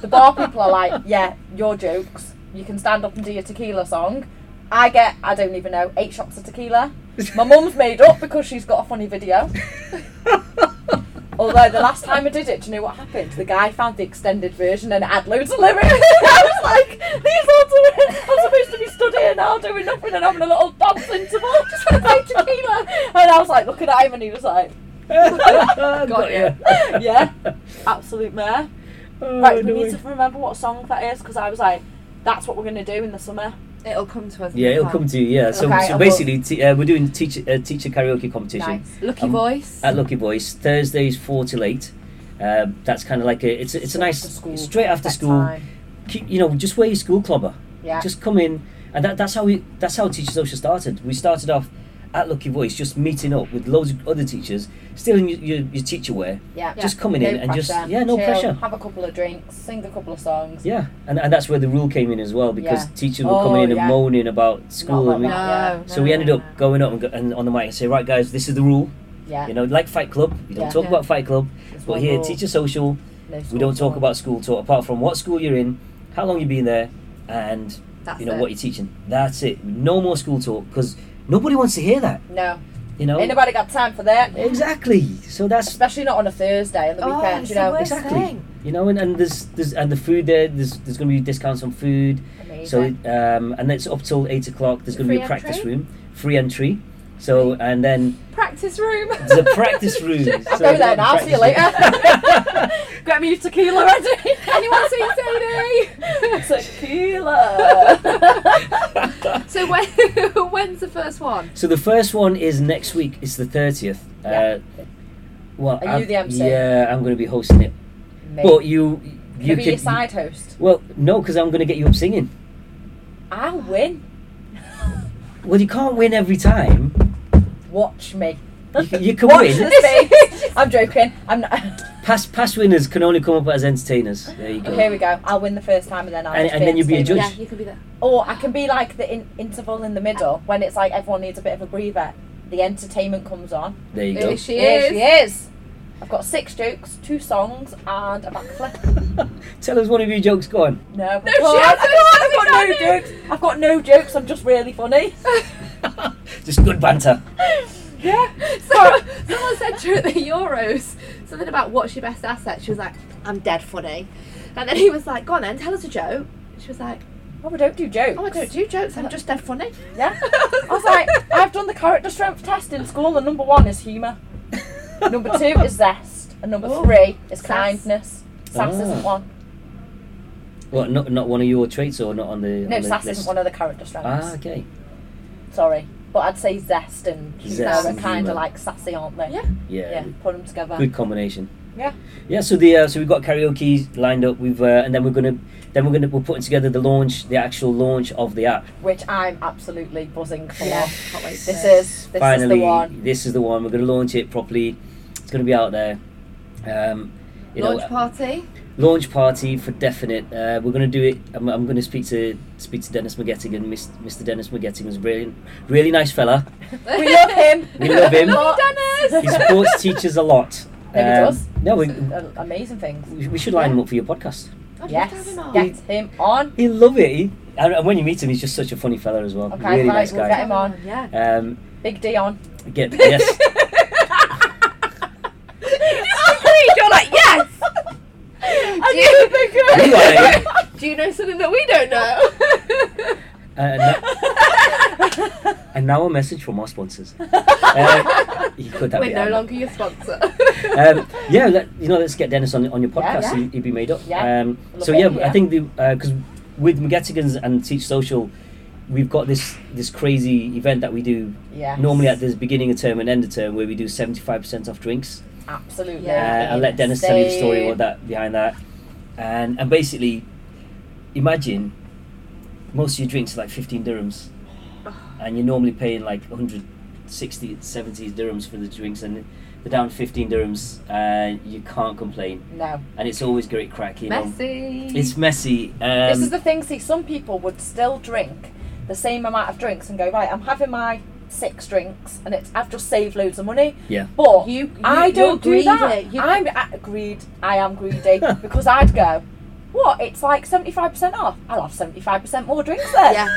S3: The bar people are like, yeah, your jokes. You can stand up and do your tequila song. I get, I don't even know, eight shots of tequila. My mum's made up because she's got a funny video. Although the last time I did it, do you know what happened? The guy found the extended version and it had loads of lyrics. I was like, these odds are I'm supposed to be stood here now doing nothing and having a little dance interval just to play tequila. And I was like looking at him and he was like,
S2: Got
S1: ya.
S2: ya.
S3: yeah, absolute mare.
S2: Oh,
S3: Right, we
S2: no
S3: need
S2: way.
S3: to remember what song that is because I was like, that's what we're going to do in the summer.
S1: It'll come to us.
S2: Yeah, it'll come to you. Yeah. So,
S3: Okay, I
S2: so
S3: will.
S2: basically, t- uh, we're doing teacher uh, teacher karaoke competition
S1: Nice. Lucky
S2: Um,
S1: voice.
S2: at Lucky Boys Thursdays four till eight. Um, that's kind of like a it's a, it's a
S3: Straight
S2: nice
S3: after school.
S2: straight after school.
S3: Bedtime.
S2: Keep, you know, just wear your school clobber.
S3: Yeah.
S2: Just come in, and that, that's how we that's how Teacher Social started. We started off at Lucky Voice, just meeting up with loads of other teachers, still in your, your, your teacher wear,
S3: yeah.
S2: just coming in
S3: No
S2: and just
S3: pressure,
S2: yeah, no
S3: chill,
S2: pressure.
S3: Have a couple of drinks, sing a couple of songs.
S2: Yeah, and, and that's where the rule came in as well because
S3: Yeah.
S2: teachers were coming
S3: Oh,
S2: in and
S3: yeah.
S2: moaning about school,
S3: about
S2: and we,
S3: that.
S1: no,
S2: so we
S1: no,
S2: ended
S1: no,
S2: up
S1: no.
S2: going up and, go, and on the mic and say, right guys, this is the rule.
S3: Yeah.
S2: You know, like Fight Club, you don't
S3: Yeah.
S2: talk
S1: Yeah.
S2: about Fight Club,
S3: There's
S2: but
S3: one
S2: here,
S3: rule,
S2: Teacher Social,
S3: no
S2: we
S3: school
S2: don't talk
S3: talk.
S2: about school talk apart from what school you're in, how long you've been there, and
S1: That's
S2: you know
S1: it.
S2: what you're teaching. That's it. No more school talk because nobody wants to hear that.
S3: No.
S2: You know
S3: Ain't nobody got time for that.
S2: exactly. So that's
S3: Especially not on a Thursday and the
S1: Oh,
S3: weekend,
S1: it's
S3: you
S1: the
S3: know.
S1: worst
S2: Exactly.
S1: thing.
S2: you know, and, and there's there's and the food there. There's there's going to be discounts on food.
S3: Amazing.
S2: So um, and it's up till eight o'clock. There's going to be
S1: Free
S2: a practice
S1: entry?
S2: room, free entry. So and then
S1: Practice room.
S2: there's a practice room.
S3: I'll
S2: So
S3: go there now,
S2: practice
S3: see you
S2: room.
S3: later. Get me your tequila ready.
S1: Anyone seen Sadie?
S3: tequila.
S1: So when when's the first one?
S2: So the first one is next week. It's the thirtieth.
S3: Yeah.
S2: Uh, well,
S3: Are you
S2: I'm-
S3: the MC?
S2: Yeah, I'm going to be hosting it. But you, you
S3: you be
S2: can.
S3: your side host.
S2: Well, no, because I'm going to get you up singing.
S3: I'll win.
S2: Well, you can't win every time.
S3: Watch me.
S2: You can, you can
S3: Watch
S2: win.
S3: the space. I'm joking. I'm not.
S2: Past past winners can only come up as entertainers. There you go.
S3: Here we go. I'll win the first time and then I'll.
S2: And-
S3: just
S2: and
S3: be
S2: then you'll be a
S3: entertaining.
S2: judge.
S1: Yeah, you can be there.
S3: Or I can be like the in- interval in the middle when it's like everyone needs a bit of a breather. The entertainment comes on.
S2: There you
S1: There
S2: go.
S1: she
S3: Here
S1: is.
S3: she is. I've got six jokes, two songs, and a backflip.
S2: Tell us one of your jokes. Go on.
S3: No,
S1: she
S2: Oh,
S1: hasn't,
S3: I've got no
S1: she hasn't.
S3: jokes. I've got no jokes. I'm just really funny.
S2: Just good banter.
S3: Yeah.
S1: So, someone said during the Euros something about what's your best asset. She was like, I'm dead funny. And then he was like, Go on then, tell us a joke. She was like,
S3: Oh, we don't do jokes.
S1: Oh, I don't do jokes, I'm just dead funny.
S3: Yeah. I was like, I've done the character strength test in school, and number one is humour, number two is zest, and number
S1: Ooh.
S3: three is
S1: Sass.
S3: kindness. Sass
S2: Ah.
S3: isn't one.
S2: What? Not not one of your traits, or not on the
S3: No,
S2: on the
S3: sass
S2: list?
S3: isn't one of the character strengths.
S2: Ah, okay.
S3: Sorry, but I'd say zest and
S2: Zest
S3: humour are
S2: and
S3: kind
S2: humour.
S3: of like sassy, aren't they?
S1: Yeah.
S2: Yeah.
S3: Yeah. Put them together.
S2: Good combination.
S3: Yeah.
S2: Yeah. So the uh, so we've got karaoke lined up. We've uh, and then we're gonna then we're gonna we're putting together the launch, the actual launch of the app.
S3: Which I'm absolutely buzzing for.
S1: Yeah, can't wait.
S3: This is this
S2: Finally,
S3: is the one.
S2: this is the one. We're gonna launch it properly. It's gonna be out there. Um, you
S1: Launch
S2: know,
S1: party.
S2: launch party for definite. Uh, we're going to do it. I'm, I'm going to speak to speak to Dennis McGettigan. Mis- Mr. Dennis McGettigan is brilliant, really nice fella.
S3: We love him.
S2: We love him.
S1: Love you, Dennis.
S2: He supports teachers a lot. Um,
S3: No, he does.
S2: No, we,
S3: Uh, Amazing things.
S2: we should line him up for your podcast.
S3: Oh,
S1: I'd love to have
S3: Yes,
S1: him on.
S3: get him on.
S2: He'll love it. He, and and when you meet him, he's just such a funny fella as well.
S3: Okay,
S2: really
S3: right,
S2: nice
S3: we'll get
S2: guy.
S3: him on.
S1: Yeah.
S2: Um,
S3: Big D on.
S2: get yes,
S1: You're like, yes!
S3: And you think
S2: you are.
S1: Do you know something that we don't know?
S2: Uh, and, no- and now a message from our sponsors. Uh, you could have
S1: We're
S2: it,
S1: no
S2: Anna.
S1: longer your sponsor.
S2: um, yeah, let, you know, let's get Dennis on on your podcast.
S3: yeah.
S2: He, would be made up.
S3: Yeah.
S2: Um,
S3: Love
S2: so
S3: it,
S2: yeah, I
S3: yeah.
S2: think the because with McGettigans and Teach Social, we've got this this crazy event that we do
S3: Yeah.
S2: normally at the beginning of term and end of term where we do seventy five percent off drinks.
S3: Absolutely.
S2: Uh,
S1: Yeah.
S2: I'll let Dennis tell you the story
S3: Insane.
S2: about that behind that, and and basically, imagine most of your drinks are like fifteen dirhams, and you're normally paying like 160, 70 dirhams for the drinks, and they're down fifteen dirhams, and you can't complain,
S3: No.
S2: and it's always great crack, you know.
S1: Messy.
S2: It's messy. Um,
S3: this is the thing. See, some people would still drink the same amount of drinks and go right. I'm having my six drinks, and it's I've just saved loads of money.
S2: Yeah.
S3: But
S1: You-
S3: I
S1: you-
S3: don't
S1: you're
S3: do that.
S1: greedy. You-
S3: I'm I, greed. I am greedy because I'd go. What? It's like seventy five percent off. I'll have seventy five percent more drinks then.
S1: yeah.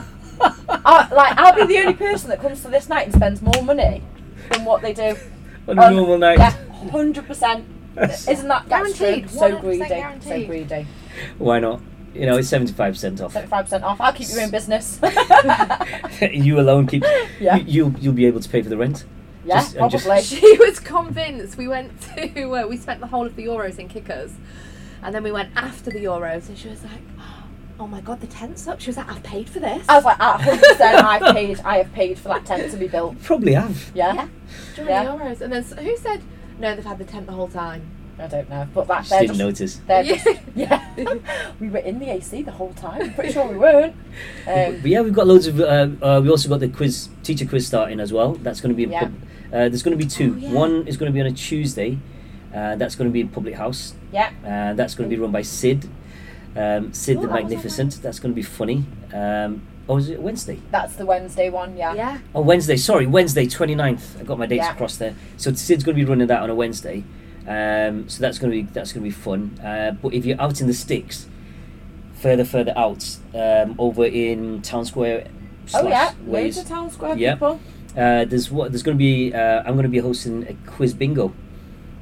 S3: I, Uh, like I'll be the only person that comes to this night and spends more money than what they do.
S2: on a
S3: on-
S2: normal night.
S3: Yeah, hundred percent. Isn't that that's true?
S1: Guaranteed,
S3: So
S1: 100%
S3: greedy. So
S1: guaranteed.
S3: greedy.
S2: Why not? You know, it's seventy five percent off.
S3: Seventy five percent off. I'll keep you in business.
S2: you alone keep.
S3: Yeah.
S2: You, you you'll be able to pay for the rent.
S3: Yeah,
S2: Just- and
S3: probably.
S2: just-
S1: She was convinced. We went to, uh, we spent the whole of the Euros in kickers, and then we went after the Euros, and she was like, "Oh my god, the tent's up." She was like, "I've paid for this."
S3: I was like, at 100%, I've paid, I have paid for that tent to be built.
S2: Probably have.
S3: Yeah?
S1: Yeah. during
S3: yeah.
S1: the Euros, and then s- who said, "No, they've had the tent the whole time."
S3: I don't know. But that,
S2: Just
S3: they're
S2: didn't
S3: just,
S2: notice.
S3: they're
S1: Yeah.
S3: just, yeah. we were in the AC the whole time. I'm pretty sure we weren't. Um,
S2: But yeah, we've got loads of. Uh, uh, we also got the quiz teacher quiz starting as well. That's going to be. in
S3: Yeah.
S2: pub- uh, there's going to be two.
S1: Oh, yeah.
S2: One is going to be on a Tuesday. Uh, that's going to be in public house.
S3: yeah.
S2: Uh, that's going to be run by Sid. Um, Sid
S1: Oh, that was
S2: the
S1: on
S2: Magnificent. That's going to be funny. Um, oh, is it Wednesday?
S3: That's the Wednesday one, yeah.
S1: Yeah.
S2: Oh, Wednesday. Sorry, Wednesday, 29th. I got my dates
S3: Yeah.
S2: across there. So Sid's going to be running that on a Wednesday. Um, so that's going to be that's going to be fun. Uh, but if you're out in the sticks, further further out, um, over in Town Square.
S3: Oh, yeah.
S2: slash
S3: Loads
S2: ways,
S3: of town square
S2: Yeah.
S3: people.
S2: uh, there's what there's going to be. Uh, I'm going to be hosting a quiz bingo,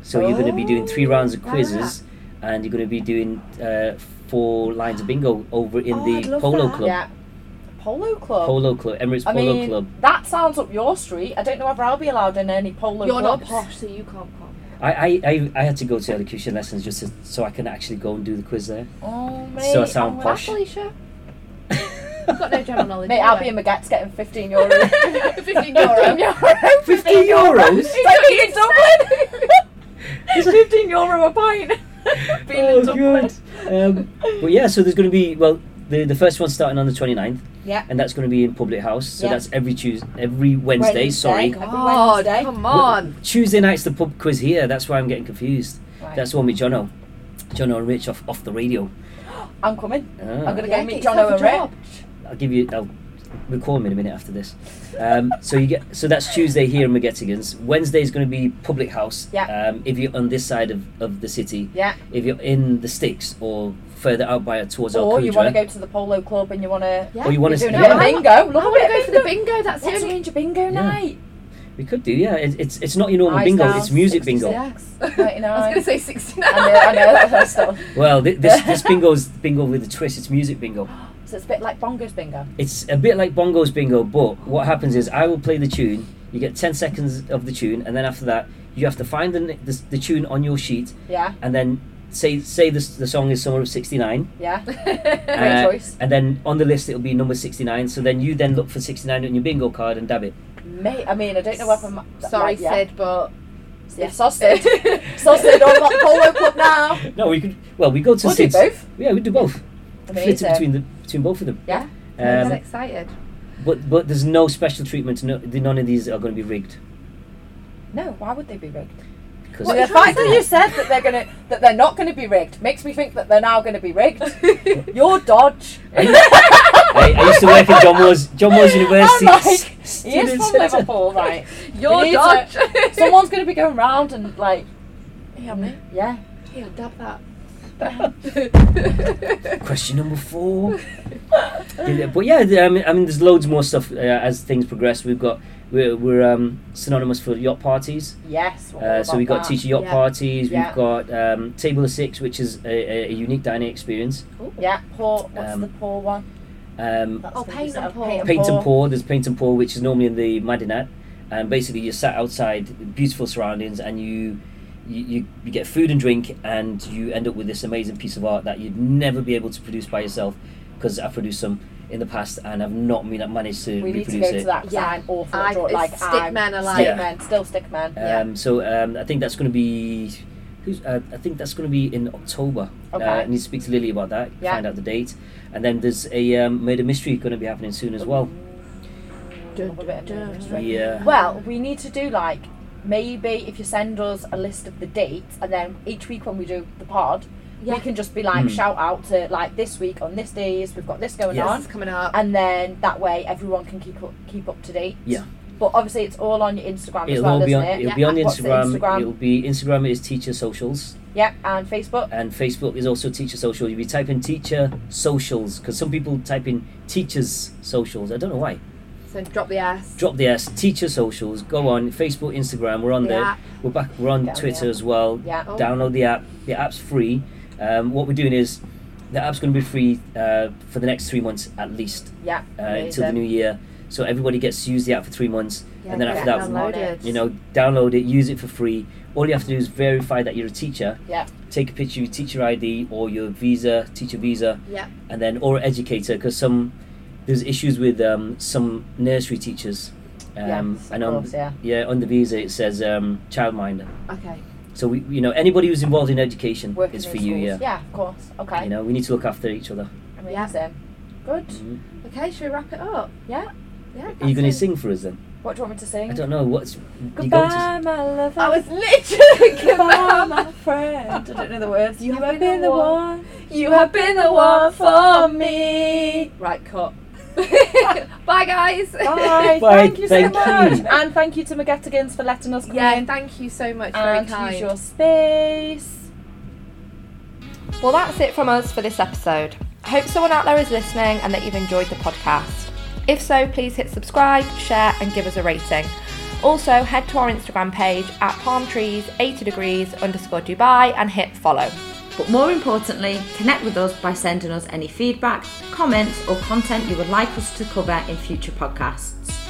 S2: so you're going to be doing three rounds of
S1: Oh,
S2: quizzes, and you're going to be doing uh, four lines of bingo over in
S1: Oh, I'd
S2: the
S1: love
S2: Polo
S1: that.
S2: Club.
S3: Yeah. Polo Club.
S2: Polo Club, Emirates
S3: I
S2: Polo
S3: mean,
S2: Club.
S3: that sounds up your street. I don't know whether I'll be allowed in any polo
S1: You're not
S3: clubs.
S1: posh, so you can't come.
S2: I, I, I, I had to go to elocution lessons just to, so I can actually go and do the quiz there.
S3: Oh, mate.
S2: So I sound
S3: I'm
S2: posh.
S1: Felicia, you've got no general knowledge.
S3: Mate, I'll be in my gats getting 15 euros.
S1: 15 euro.
S3: euro.
S2: 15 euros?
S3: It's like being in Dublin. It's 15 euro a pint. being
S2: Oh,
S3: in Dublin.
S2: Um, but yeah, so there's going to be, well, the, the first one's starting on the 29th,
S3: Yeah.
S2: and that's going to be in Public House. So
S3: Yeah.
S2: that's every Tuesday, every Wednesday, sorry.
S3: Every
S1: God,
S3: Wednesday.
S1: come on.
S2: Tuesday night's the pub quiz here. That's why I'm getting confused.
S3: Right.
S2: That's the one with Jono. Jono and Rich off, off the radio.
S3: I'm coming.
S2: Ah,
S3: I'm gonna
S1: Yeah,
S3: go meet
S1: get yourself
S3: Jono
S1: a
S3: and
S1: job.
S2: I'll give you. I'll, We'll call him in a minute after this. Um, so you get so that's Tuesday here in McGettigan's. Wednesday is going to be public house.
S3: Yeah.
S2: Um, if you're on this side of, of the city,
S3: Yeah.
S2: if you're in the sticks or further out by towards
S3: Or you want to
S2: Alcudra,
S3: go to the polo club and you want to.
S1: Yeah.
S2: or you want
S3: You're
S2: to
S3: doing a
S1: No,
S3: bit
S1: yeah.
S3: of bingo. Look
S1: I
S3: at
S1: want to go
S3: it,
S1: for the bingo. That's the
S3: What's
S1: only.
S3: Ranger bingo night?
S2: we could do yeah. It, it's it's not your normal
S3: Eyes
S2: bingo.
S3: down,
S2: It's music bingo.
S1: Yes.
S3: Right, you know,
S1: I was
S3: I-
S1: going to say sixty-nine.
S3: I know, I know, that's what I
S2: Uh,
S3: saw.
S2: Well, thi- this this bingo's bingo with a twist. It's music bingo.
S3: So it's a bit like Bongo's bingo.
S2: It's a bit like Bongo's bingo, but what happens is I will play the tune. You get ten seconds of the tune, and then after that, you have to find the the, the tune on your sheet,
S3: Yeah,
S2: and then say say the the song is Summer of '69.
S3: yeah.
S1: Great.
S3: Great choice.
S2: And then on the list it'll be number 69. So then you then look for 69 on your bingo card and dab it.
S3: Mate, I mean, I don't know if I'm.
S1: Sorry,
S3: like, yeah.
S1: Sid, but
S3: Yeah, sausage. sausage on that polo club now.
S2: No, we could. Well, we go to
S3: We'll do
S2: Sid's-
S3: both.
S2: Yeah, we do both. Flip it
S3: Amazing.
S2: between the between both of them.
S3: Yeah.
S1: I'm so
S2: Um,
S1: excited.
S2: but but there's no special treatment. No, the- none of these are going to be rigged.
S3: No, why would they be rigged?
S2: Because
S3: Well, the fact that you said that they're gonna that they're not gonna be rigged makes me think that they're now gonna be rigged. Your dodge.
S2: I, I used to work at John Moore's John
S3: Oh
S2: Moore's University.
S3: I'm like,
S2: s-
S3: He is
S2: student
S3: from
S2: centre.
S3: Liverpool, right?
S1: Your
S3: We need
S1: dodge.
S3: Someone's gonna be going round and like,
S1: Here, mate.
S3: yeah.
S1: Here, dab that.
S2: Question number four. Yeah, but yeah, the- I mean, I mean, there's loads more stuff uh, as things progress. We've got we're, we're um, synonymous for yacht parties.
S3: Yes. we're all
S2: Uh, so
S3: about
S2: we've got
S3: that.
S2: teacher yacht
S1: Yeah.
S2: parties.
S3: Yeah.
S2: We've got um, table of six, which is a, a, a unique dining experience.
S3: Yeah, poor. What's
S2: Um,
S3: the poor one?
S2: Um,
S3: That's
S1: Oh,
S3: the
S1: paint
S3: reason
S1: and
S3: of
S1: pour.
S2: paint and pour. There's paint and pour, which is normally in the Madinat, and basically you're sat outside, beautiful surroundings, and you. You, you, you get food and drink and you end up with this amazing piece of art that you'd never be able to produce by yourself because I've produced some in the past and I've not mean, managed to
S3: We need to
S2: reproduce
S3: go
S2: it.
S3: to that. 'cause
S1: Yeah.
S3: I'm awful.
S1: I-
S3: at draw- like
S1: stick
S3: I'm
S1: men are like-
S3: Stick
S2: Yeah.
S3: men, still stick men.
S1: Yeah.
S2: Um, so um, I think that's going to be. Who's, uh, I think that's going to be in October.
S3: Okay.
S2: Uh, I need to speak to Lily about that.
S3: Yeah.
S2: Find out the date, and then there's a um, murder mystery going to be happening soon as well.
S1: Dun, dun, dun.
S2: Yeah.
S3: Well, we need to do like maybe if you send us a list of the dates, and then each week when we do the pod,
S1: Yeah.
S3: we can just be like
S2: Mm.
S3: shout out to like this week on this days we've got this going
S2: Yes.
S1: It's
S3: on,
S1: coming up.
S3: and then that way everyone can keep up, keep up to date.
S2: Yeah.
S3: But obviously, it's all on your Instagram as
S2: It'll
S3: well,
S2: all be
S3: isn't
S2: on.
S3: it?
S2: It'll
S1: Yeah.
S2: be on the
S3: What's the
S2: Instagram.
S3: Instagram?
S2: It'll be Instagram is teacher socials,
S3: Yep, and Facebook.
S2: and Facebook is also teacher socials. You'll be typing teacher socials because some people type in teachers socials. I don't know why.
S1: so drop the S.
S2: Drop the S. Teacher socials. Go on Facebook, Instagram. We're on there.
S1: Yeah.
S2: We're back. We're on
S3: Get on the
S2: Twitter
S3: app.
S2: as well.
S3: Yeah.
S1: Oh.
S2: Download the app. The app's free. Um, what we're doing is the app's going to be free uh, for the next three months at least
S3: Yeah.
S2: uh, until the new year. So everybody gets to use the app for three months,
S1: Yeah,
S2: and then
S1: get
S2: after
S1: it
S2: that,
S1: downloaded.
S2: you know, download it, use it for free. All you have to do is verify that you're a teacher.
S3: Yeah.
S2: Take a picture of your teacher ID or your visa, teacher visa,
S1: Yeah.
S2: and then or educator because some there's issues with um, some nursery teachers. Um,
S3: Yes, of
S2: and on
S3: course, yeah.
S2: yeah, on the visa it says um, childminder.
S1: Okay.
S2: So we, you know, anybody who's involved in education
S3: Working
S2: is
S3: in
S2: for you.
S3: schools.
S2: Yeah.
S3: Yeah, of course. Okay.
S2: You know, we need to look after each other.
S3: Amazing. Good.
S1: Okay, should we wrap it up?
S3: Yeah.
S1: Yeah.
S2: Are you
S1: that's
S2: going to
S1: it.
S2: sing for us then?
S3: What do you want me to sing?
S2: I don't know. What's you got to
S3: Goodbye, my lover.
S1: I was literally thinking
S3: Goodbye,
S1: about
S3: my friend. I don't know the words.
S1: You have been the
S3: one.
S1: You have been the one for me.
S3: Right, cut.
S1: Bye, guys.
S3: Bye.
S2: Bye,
S3: Thank you so
S2: thank
S3: much.
S2: you.
S3: And thank you to McGettigans for letting us come
S1: Yeah,
S3: in
S1: thank you so much. Very
S3: and
S1: kind.
S3: use your space.
S1: Well, that's it from us for this episode. I hope someone out there is listening and that you've enjoyed the podcast. If so, please hit subscribe, share, and give us a rating. Also, head to our Instagram page at palm trees 80 degrees underscore Dubai and hit follow.
S4: But more importantly, connect with us by sending us any feedback, comments, or content you would like us to cover in future podcasts.